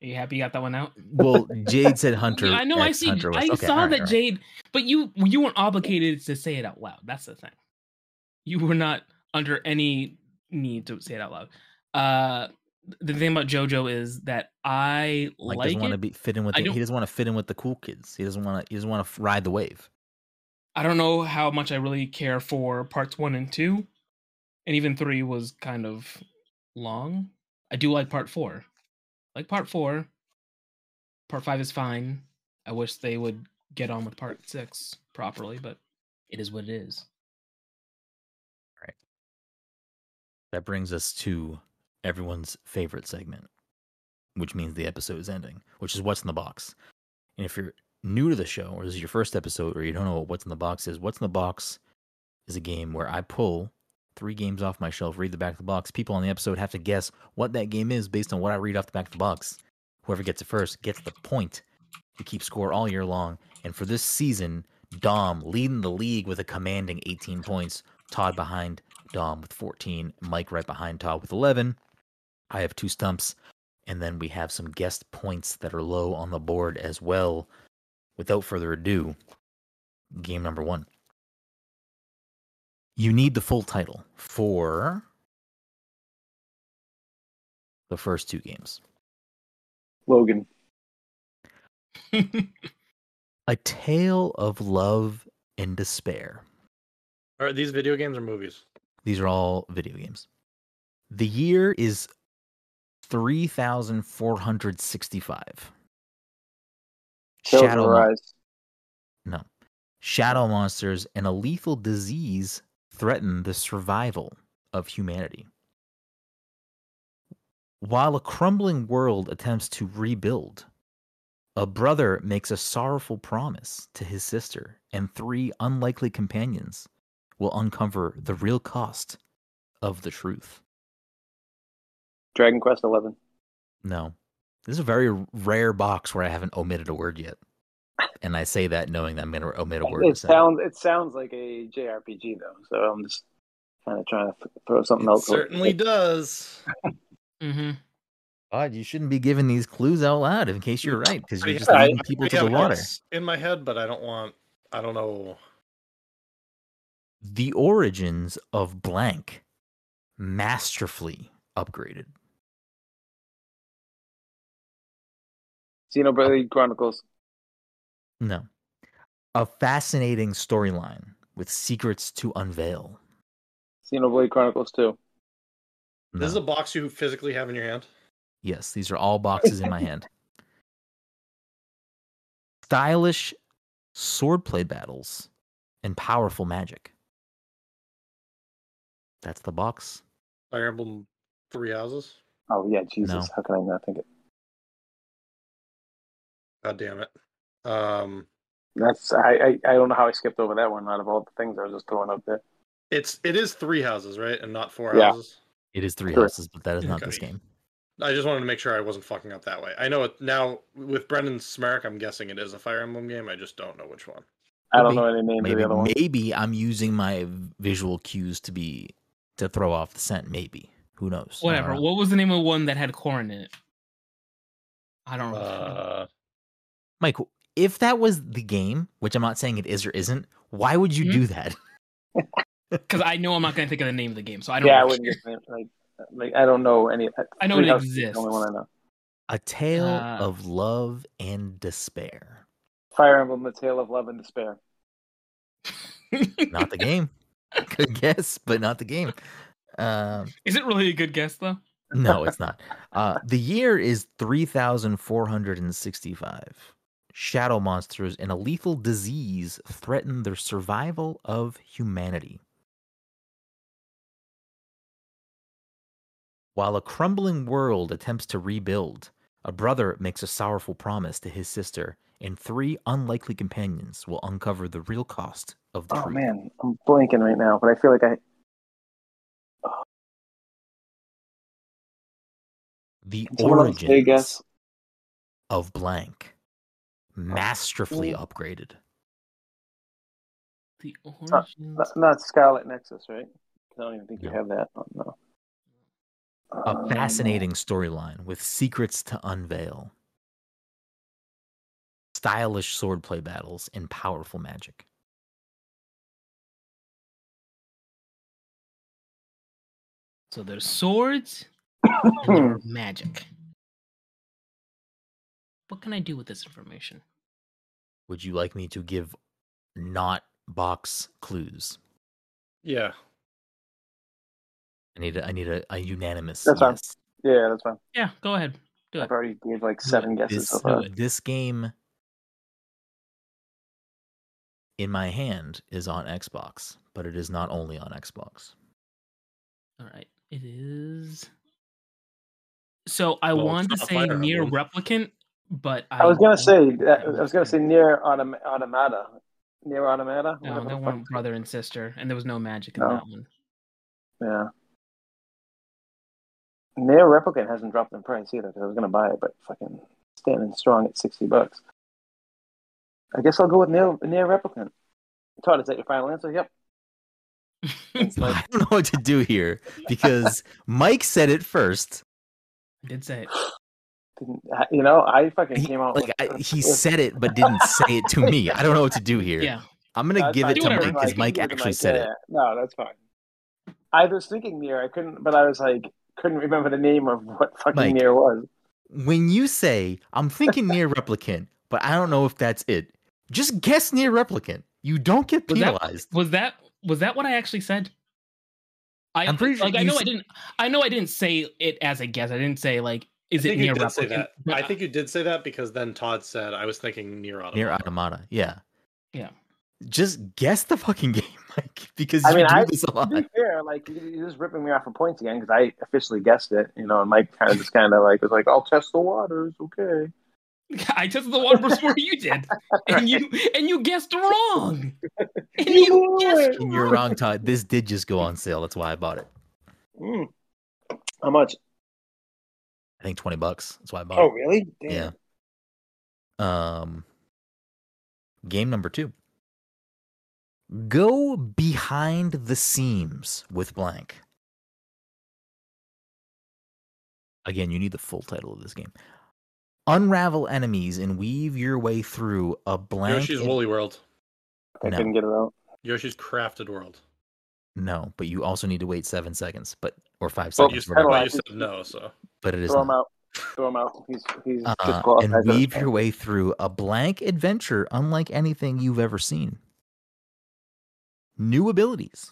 Are you happy you got that one out? Well, Jade said Hunter. Yeah, I know. I X see. Hunter West. I Okay, saw all right, that all right. Jade, but you you weren't obligated to say it out loud. That's the thing. You were not under any need to say it out loud. Uh, the thing about JoJo is that I Mike like doesn't want to it. be fit in with. I The, don't- he doesn't want to fit in with the cool kids. He doesn't want to. He doesn't want to ride the wave. I don't know how much I really care for parts one and two, and even three was kind of long. I do like part four. Like part four. Part five is fine. I wish they would get on with part six properly, but it is what it is. That brings us to everyone's favorite segment, which means the episode is ending, which is what's in the box. And if you're new to the show, or this is your first episode, or you don't know what what's in the box is, what's in the box is a game where I pull three games off my shelf, read the back of the box. People on the episode have to guess what that game is based on what I read off the back of the box. Whoever gets it first gets the point. You keep score all year long. And for this season, Dom leading the league with a commanding 18 points, Todd behind Dom with 14, Mike right behind Todd with 11. I have two stumps, and then we have some guest points that are low on the board as well. Without further ado, game number one. You need the full title for the first two games. Logan. Mm-hmm. A Tale of Love and Despair. Are these video games or movies? These are all video games. The year is 3,465. Children Shadow, Mon- Rise. no. Shadow monsters and a lethal disease threaten the survival of humanity. While a crumbling world attempts to rebuild, a brother makes a sorrowful promise to his sister, and three unlikely companions will uncover the real cost of the truth. Dragon Quest Eleven. No. This is a very rare box where I haven't omitted a word yet. And I say that knowing that I'm going to omit a word. in a It second. sounds it sounds like a JRPG though, so I'm just kind of trying to th- throw something It else. away. certainly does. hmm God, you shouldn't be giving these clues out loud in case you're right, because you're just I- leading I people to have the water. hints in my head, but I don't want. I don't know. the origins of blank masterfully upgraded. Xenoblade Chronicles. No. A fascinating storyline with secrets to unveil. Xenoblade Chronicles 2. This is No. a box you physically have in your hand. Yes, these are all boxes in my hand. Stylish swordplay battles and powerful magic. That's the box. Fire Emblem Three Houses. Oh, yeah, Jesus. No. How can I not think it? God damn it. Um, That's I, I, I don't know how I skipped over that one out of all the things I was just throwing up there. it's it is three houses, right, and not four Yeah. houses. It is three Sure. houses, but that is not this Okay. game. I just wanted to make sure I wasn't fucking up that way. I know it now with Brendan Smerrick. I'm guessing it is a Fire Emblem game. I just don't know which one. I don't Maybe- know any names of Maybe, the other ones. maybe I'm using my visual cues to be to throw off the scent. Maybe who knows? I don't Whatever. know. What was the name of the one that had corn in it? I don't know. Uh, Mike, if that was the game, which I'm not saying it is or isn't, why would you Hmm? do that? Because I know I'm not going to think of the name of the game, so I don't. Yeah, I know. wouldn't get that, like like I don't know any. I know Three it Houses is the exists. Only one I know. A tale Uh, of love and despair. Fire Emblem: The Tale of Love and Despair. Not the game. Good guess, but not the game. Um, Is it really a good guess though? no, it's not. Uh, the year is 3,465. Shadow monsters and a lethal disease threaten the survival of humanity. While a crumbling world attempts to rebuild, a brother makes a sorrowful promise to his sister, and three unlikely companions will uncover the real cost of the Oh truth. man, I'm blanking right now, but I feel like I The someone else take a origins guess. Oh, of blank masterfully Ooh. upgraded. The not- origins. Not, not Scarlet Nexus, right? I don't even think No. you have that. Oh, no. A Um, fascinating storyline with secrets to unveil, stylish swordplay battles, and powerful magic. So there's swords Hmm. and there are magic. What can I do with this information? Would you like me to give not box clues? yeah, I need a, I need a, a unanimous That's fine. yes. Yeah, that's fine. Yeah, go ahead. Do it. I've already gave like seven guesses This, uh, so Do far. it. this game in my hand is on Xbox, but it is not only on Xbox. All right. It is. So I Well, it's want to not a say fire near emblem. replicant, but I, I was gonna don't- say that, I was gonna say near autom- automata, near automata. no. whatever the That fuck. one brother and sister, and there was no magic in No. that one. Yeah. Near replicant hasn't dropped in price either because I was gonna buy it, but fucking standing strong at sixty bucks. I guess I'll go with near near replicant. Todd, is that your final answer? Yep. Thanks, Mike. I don't know what to do here because Mike said it first. I did say it. Didn't, I- you know, I fucking He- came out like I, with, he said it but didn't say it to me. I don't know what to do here. Yeah. I'm gonna That's give fine. it Do to Mike whatever, because Mike. You can Mike do it, actually said Yeah, it. No, that's fine. I was thinking near, I couldn't, but I was like, couldn't remember the name of what fucking Mike. near was. When you say I'm thinking near replicant, but I don't know if that's it, just guess near replicant. You don't get Was that- penalized. Was that was that what I actually said? I, I'm pretty sure like I you know I said- didn't I know I didn't say it as a guess. I didn't say like is I it think you near did say replicant? that. but I think you did say that because then Todd said I was thinking near auto. Near automata, yeah. Yeah. Just guess the fucking game, Mike, because I you mean, do I- this a To lot. be fair, like, you- you're just ripping me off for points again because I officially guessed it, you know, and Mike kind of just kind of like was like, I'll test the waters, okay. I tested the water before you did, and you and you guessed wrong. And You you guessed And you're wrong, Todd. This did just go on sale. That's why I bought it. Mm. How much? I think twenty bucks. That's why I bought Oh, it. really? Damn. Yeah. Um game number 2. Go behind the seams with blank. Again, you need the full title of this game. Unravel enemies and weave your way through a blank. Yoshi's en- Woolly World. I No. couldn't get it out. Yoshi's Crafted World. No, but you also need to wait seven seconds, but or five Well, you, seconds. s- whatever, well, you penalized. said no, so but it is Throw not. him out. Throw him out. He's he's Uh, disqualified. and weave your way through a blank adventure unlike anything you've ever seen. New abilities,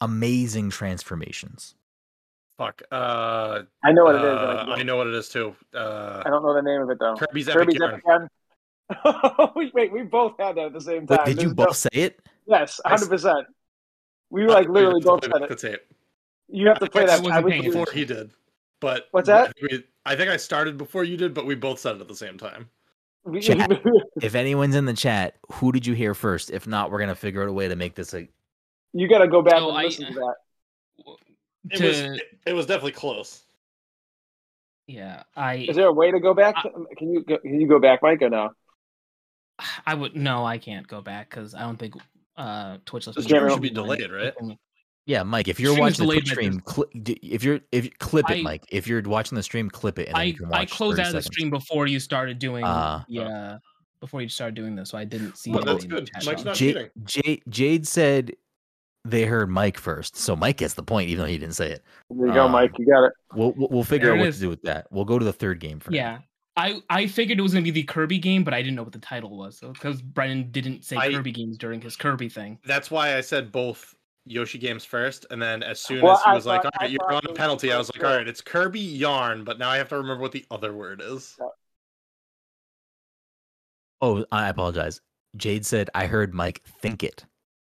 amazing transformations. fuck. Uh, I know what it is. and uh, I, I don't, know what it is too. Uh, I don't know the name of it though. Kirby's Epic Kirby's Yarn. Epic Yarn. We- Wait, we both had that at the same time. Wait, did There's you no- both say it? Yes, I s- hundred percent. We were like Uh, literally we have both to said play it. back the tape. You have to play that. wasn't I was paying before attention. he did, but What's that? we- I think I started before you did, but we both said it at the same time. we- Chat. If anyone's in the chat, who did you hear first? If not, we're gonna figure out a way to make this a. you got to go back So and I- listen uh, to that. It To- was it, it was definitely close. yeah, I Is there a way to go back? Can you go, can you go back, Mike, or no? I would no, I can't go back because I don't think uh Twitch lets This me stream do should be it. delayed, right? Yeah, Mike. If you're Stream is watching the delayed Twitch by stream, cli d if you're if you clip it, I- Mike. If you're watching the stream, clip it. And then you I can watch I closed 30 out of the seconds. stream before you started doing Ah. yeah before you started doing this, so I didn't see. Well, that's anything in the good. chat Mike's room. not Jade, cheating. Jade, Jade said they heard Mike first, so Mike gets the point, even though he didn't say it. There you go, Um, Mike. You got it. We'll we'll, we'll figure There out it what is. to do with that. We'll go to the third game for now. Yeah. I, I figured it was gonna be the Kirby game, but I didn't know what the title was. So because Brennan didn't say I- Kirby games during his Kirby thing. That's why I said both Yoshi games first, and then as soon Well, as he I was like, "All thought- I right, you're thought on it a was penalty," I was both, like, "All yeah. right, it's Kirby Yarn," but now I have to remember what the other word is. Oh, I apologize. Jade said I heard Mike think it.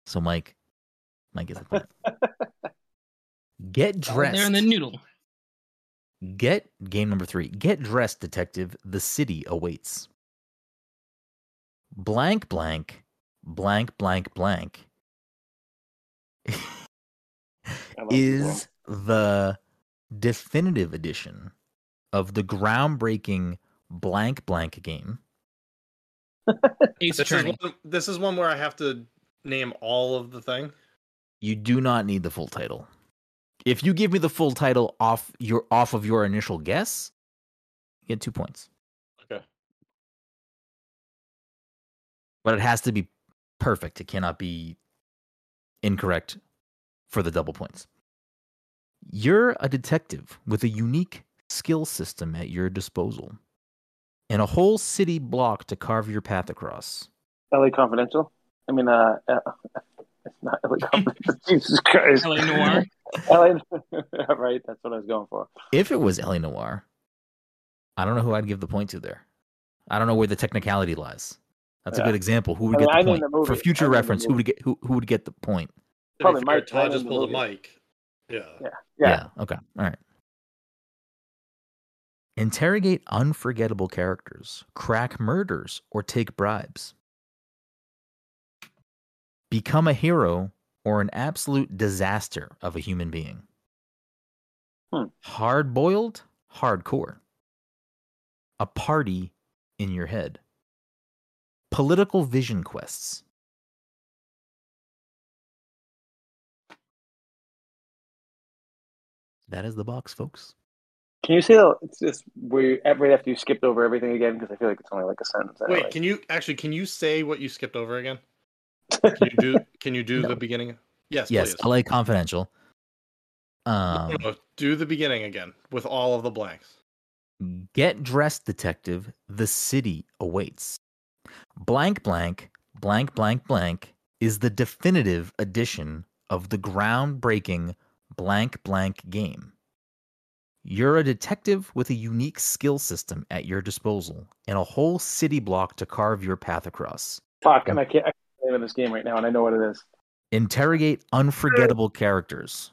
So Mike, Mike gets the point. Get Out There dressed. in the noodle. Get game number three. Get dressed, detective. The city awaits. Blank, blank, blank, blank, blank I like you, bro. is the definitive edition of the groundbreaking blank, blank game. Ace This is, Attorney. one, this is one where I have to name all of the thing. You do not need the full title. If you give me the full title off your off of your initial guess, you get two points. Okay. But it has to be perfect. It cannot be incorrect for the double points. You're a detective with a unique skill system at your disposal and a whole city block to carve your path across. LA Confidential. I mean, uh, uh, it's not LA Confidential. Jesus Christ. LA Noir. LA. right. That's what I was going for. If it was Ellie Noir, I don't know who I'd give the point to there. I don't know where the technicality lies. That's a Yeah. good example. Who would I mean, get the I named point the movie. for I future named the reference? Who would get who, who would get the point? To be Probably fair, Mike Todd Ryan just in the pulled a movie. mic. Yeah. Yeah. Okay. All right. Interrogate unforgettable characters, crack murders, or take bribes. Become a hero or an absolute disaster of a human being. Hmm. Hard boiled, hardcore. A party in your head. Political vision quests. That is the box, folks. Can you see that? It's just we right after you skipped over everything again because I feel like it's only like a sentence. Anyway. Wait, can you actually can you say what you skipped over again? Can you do can you do No. the beginning? Yes, Yes, please. LA Confidential. Um, No, do the beginning again with all of the blanks. Get dressed, detective. The city awaits. Blank, blank, blank, blank, blank is the definitive edition of the groundbreaking blank, blank game. You're a detective with a unique skill system at your disposal and a whole city block to carve your path across. Fuck, and I can't. I can't name this game right now, and I know what it is. Interrogate unforgettable characters,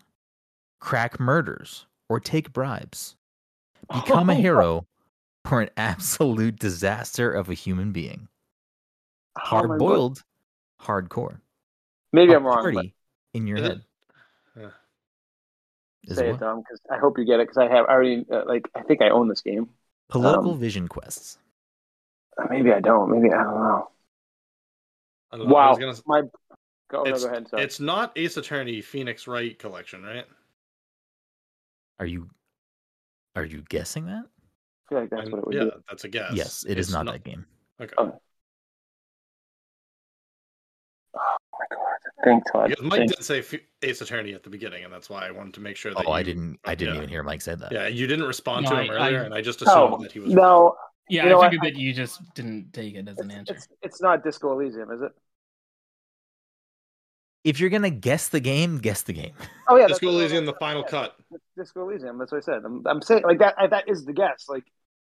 crack murders, or take bribes. Oh. Become a hero or an absolute disaster of a human being. How am I hard look- boiled, hardcore. Oh Maybe A I'm wrong. Party But in your Is it- head. Yeah. Is say it it, what? Dom, because I hope you get it. Because I have I already uh, like I think I own this game. Political Um, vision quests. Uh, Maybe I don't. Maybe I don't know. I don't know, I Wow, was gonna s- my go, no, go ahead. Sorry. It's not Ace Attorney Phoenix Wright collection, right? Are you are you guessing that? I feel like that's I'm- what it would yeah, be. Oh, that's a guess. Yes, it is It's not that game. Okay. Oh. God. Thank Todd. Because Mike Thank- did say F- Ace Attorney at the beginning, and that's why I wanted to make sure that. Oh, I you- didn't. I didn't Yeah. even hear Mike said that. Yeah, you didn't respond No, to him I- I- earlier, and I just assumed Oh, No, that he was. no, Yeah, You know I what? figured that you just didn't take it as an it's, answer. it's, it's not Disco Elysium, is it? If you're gonna guess the game, guess the game. Oh yeah, Disco that's- Elysium, the final cut. Disco Elysium. That's what I said. I'm, I'm saying like that. I, that is the guess. Like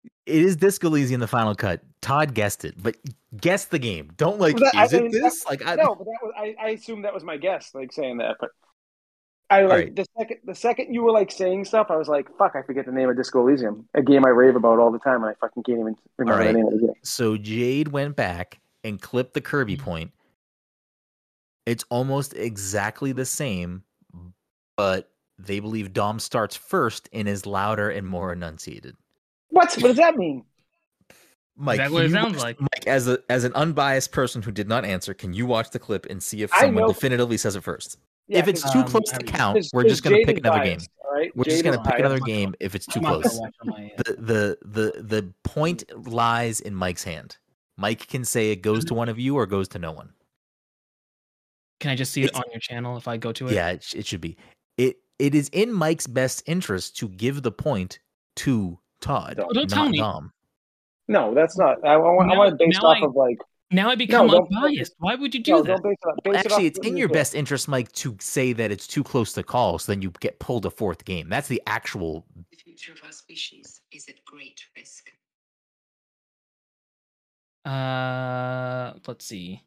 It is Disco Elysium, the final cut. Todd guessed it, but guess the game. Don't like. Well, that- I is it mean, this? Like, I, no, but that was I, I assumed that was my guess. Like saying that, but I like Right. the second the second you were like saying stuff, I was like, fuck, I forget the name of Disco Elysium, a game I rave about all the time, and I fucking can't even remember right. the name of the game. So Jade went back and clipped the Kirby Mm-hmm. point. It's almost exactly the same, but they believe Dom starts first and is louder and more enunciated. What? What does that mean? Mike, Is that can what it you sounds watch- like? Mike, as a as an unbiased person who did not answer, can you watch the clip and see if I someone know- definitively says it first? Yeah, if it's 'cause- too um, close to I- count, 'cause- we're 'cause just going to Jade pick is another game. biased, All right, We're Jade just going is to pick biased. another game if it's too I'm not gonna close. watch on my, uh, The, the the the point lies in Mike's hand. Mike can say it goes to one of you or goes to no one. Can I just see it It's- on your channel if I go to it? Yeah, it, sh- it should be. It it is in Mike's best interest to give the point to Todd, Don't- don't tell not me. Dom. No, that's not. I, I want. I Now- want it based now off I of like. Now I become don't- unbiased. Why would you do No, that? don't base it off- Well, base it off actually, it's what in you your do. best interest, Mike, to say that it's too close to call, so then you get pulled a fourth game. That's the actual. The future of our species is at great risk. Uh, let's see.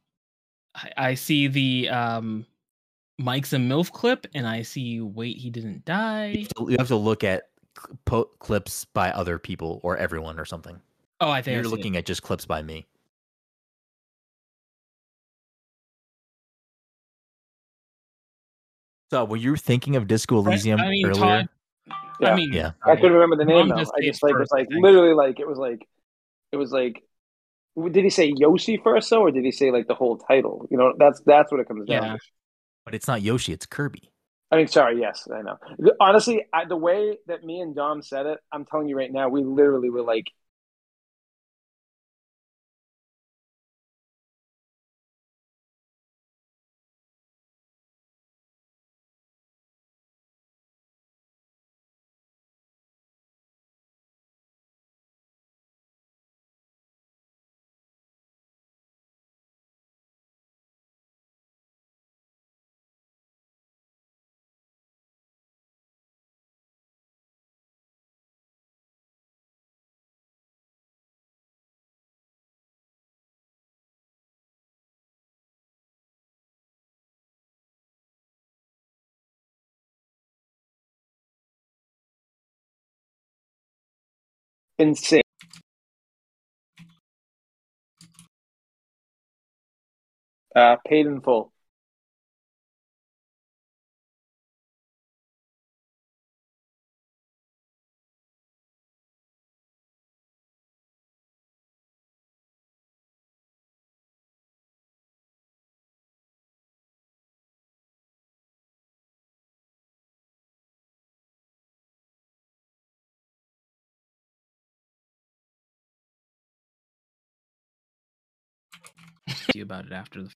I, I see the um, Mike's a milf clip, and I see wait he didn't You die. have to, you have to look at cl- po- clips by other people or everyone or something. Oh, I think I You're see it. looking at just clips by me. So, were you thinking of Disco Right, Elysium I mean, earlier? Todd- I Yeah. mean, Yeah. I couldn't remember the name Mom though. just I just did like was first, I like think. literally like it was like it was like w- did he say Yoshi first though, or did he say like the whole title? You know, that's that's what it comes down. Yeah. to. But it's not Yoshi, it's Kirby. I mean, sorry, yes, I know. The- Honestly, I, the way that me and Dom said it, I'm telling you right now, we literally were like, insane. Uh, paid in full. to you about it after the.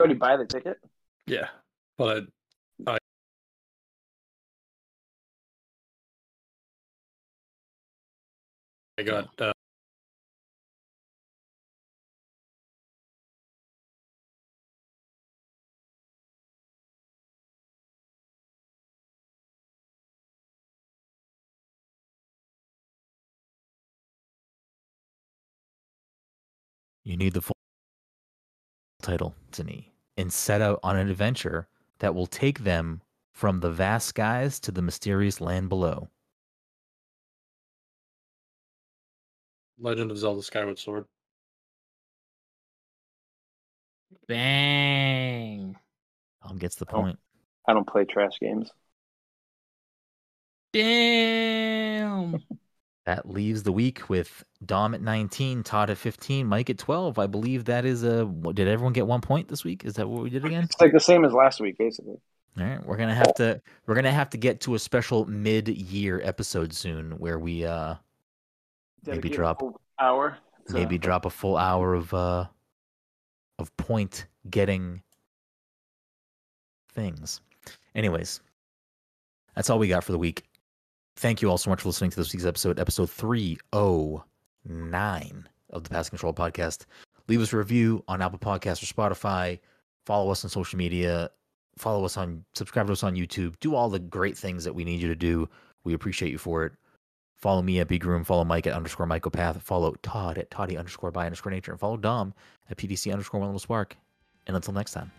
Already buy the ticket. Yeah, but I, I I got uh, You need the full title, Destiny, and set out on an adventure that will take them from the vast skies to the mysterious land below. Legend of Zelda: Skyward Sword. Bang! Tom gets the Oh. point. I don't play trash games. Damn! That leaves the week with Dom at 19, Todd at 15, Mike at 12. I believe that is a. what- Did everyone get one point this week? Is that what we did again? It's like the same as last week, basically. All right, we're gonna have to we're gonna have to get to a special mid-year episode soon where we uh Maybe dedicate a drop- whole hour. to- Maybe drop a full hour of uh of point getting things. Anyways, that's all we got for the week. Thank you all so much for listening to this week's episode, episode 309 of the Pass Control Podcast. Leave us a review on Apple Podcasts or Spotify. Follow us on social media. Follow us on, subscribe to us on YouTube. Do all the great things that we need you to do. We appreciate you for it. Follow me at Big Room. Follow Mike at underscore Michael Path. Follow Todd at Toddy underscore by underscore nature. And follow Dom at PDC underscore One Little Spark. And until next time.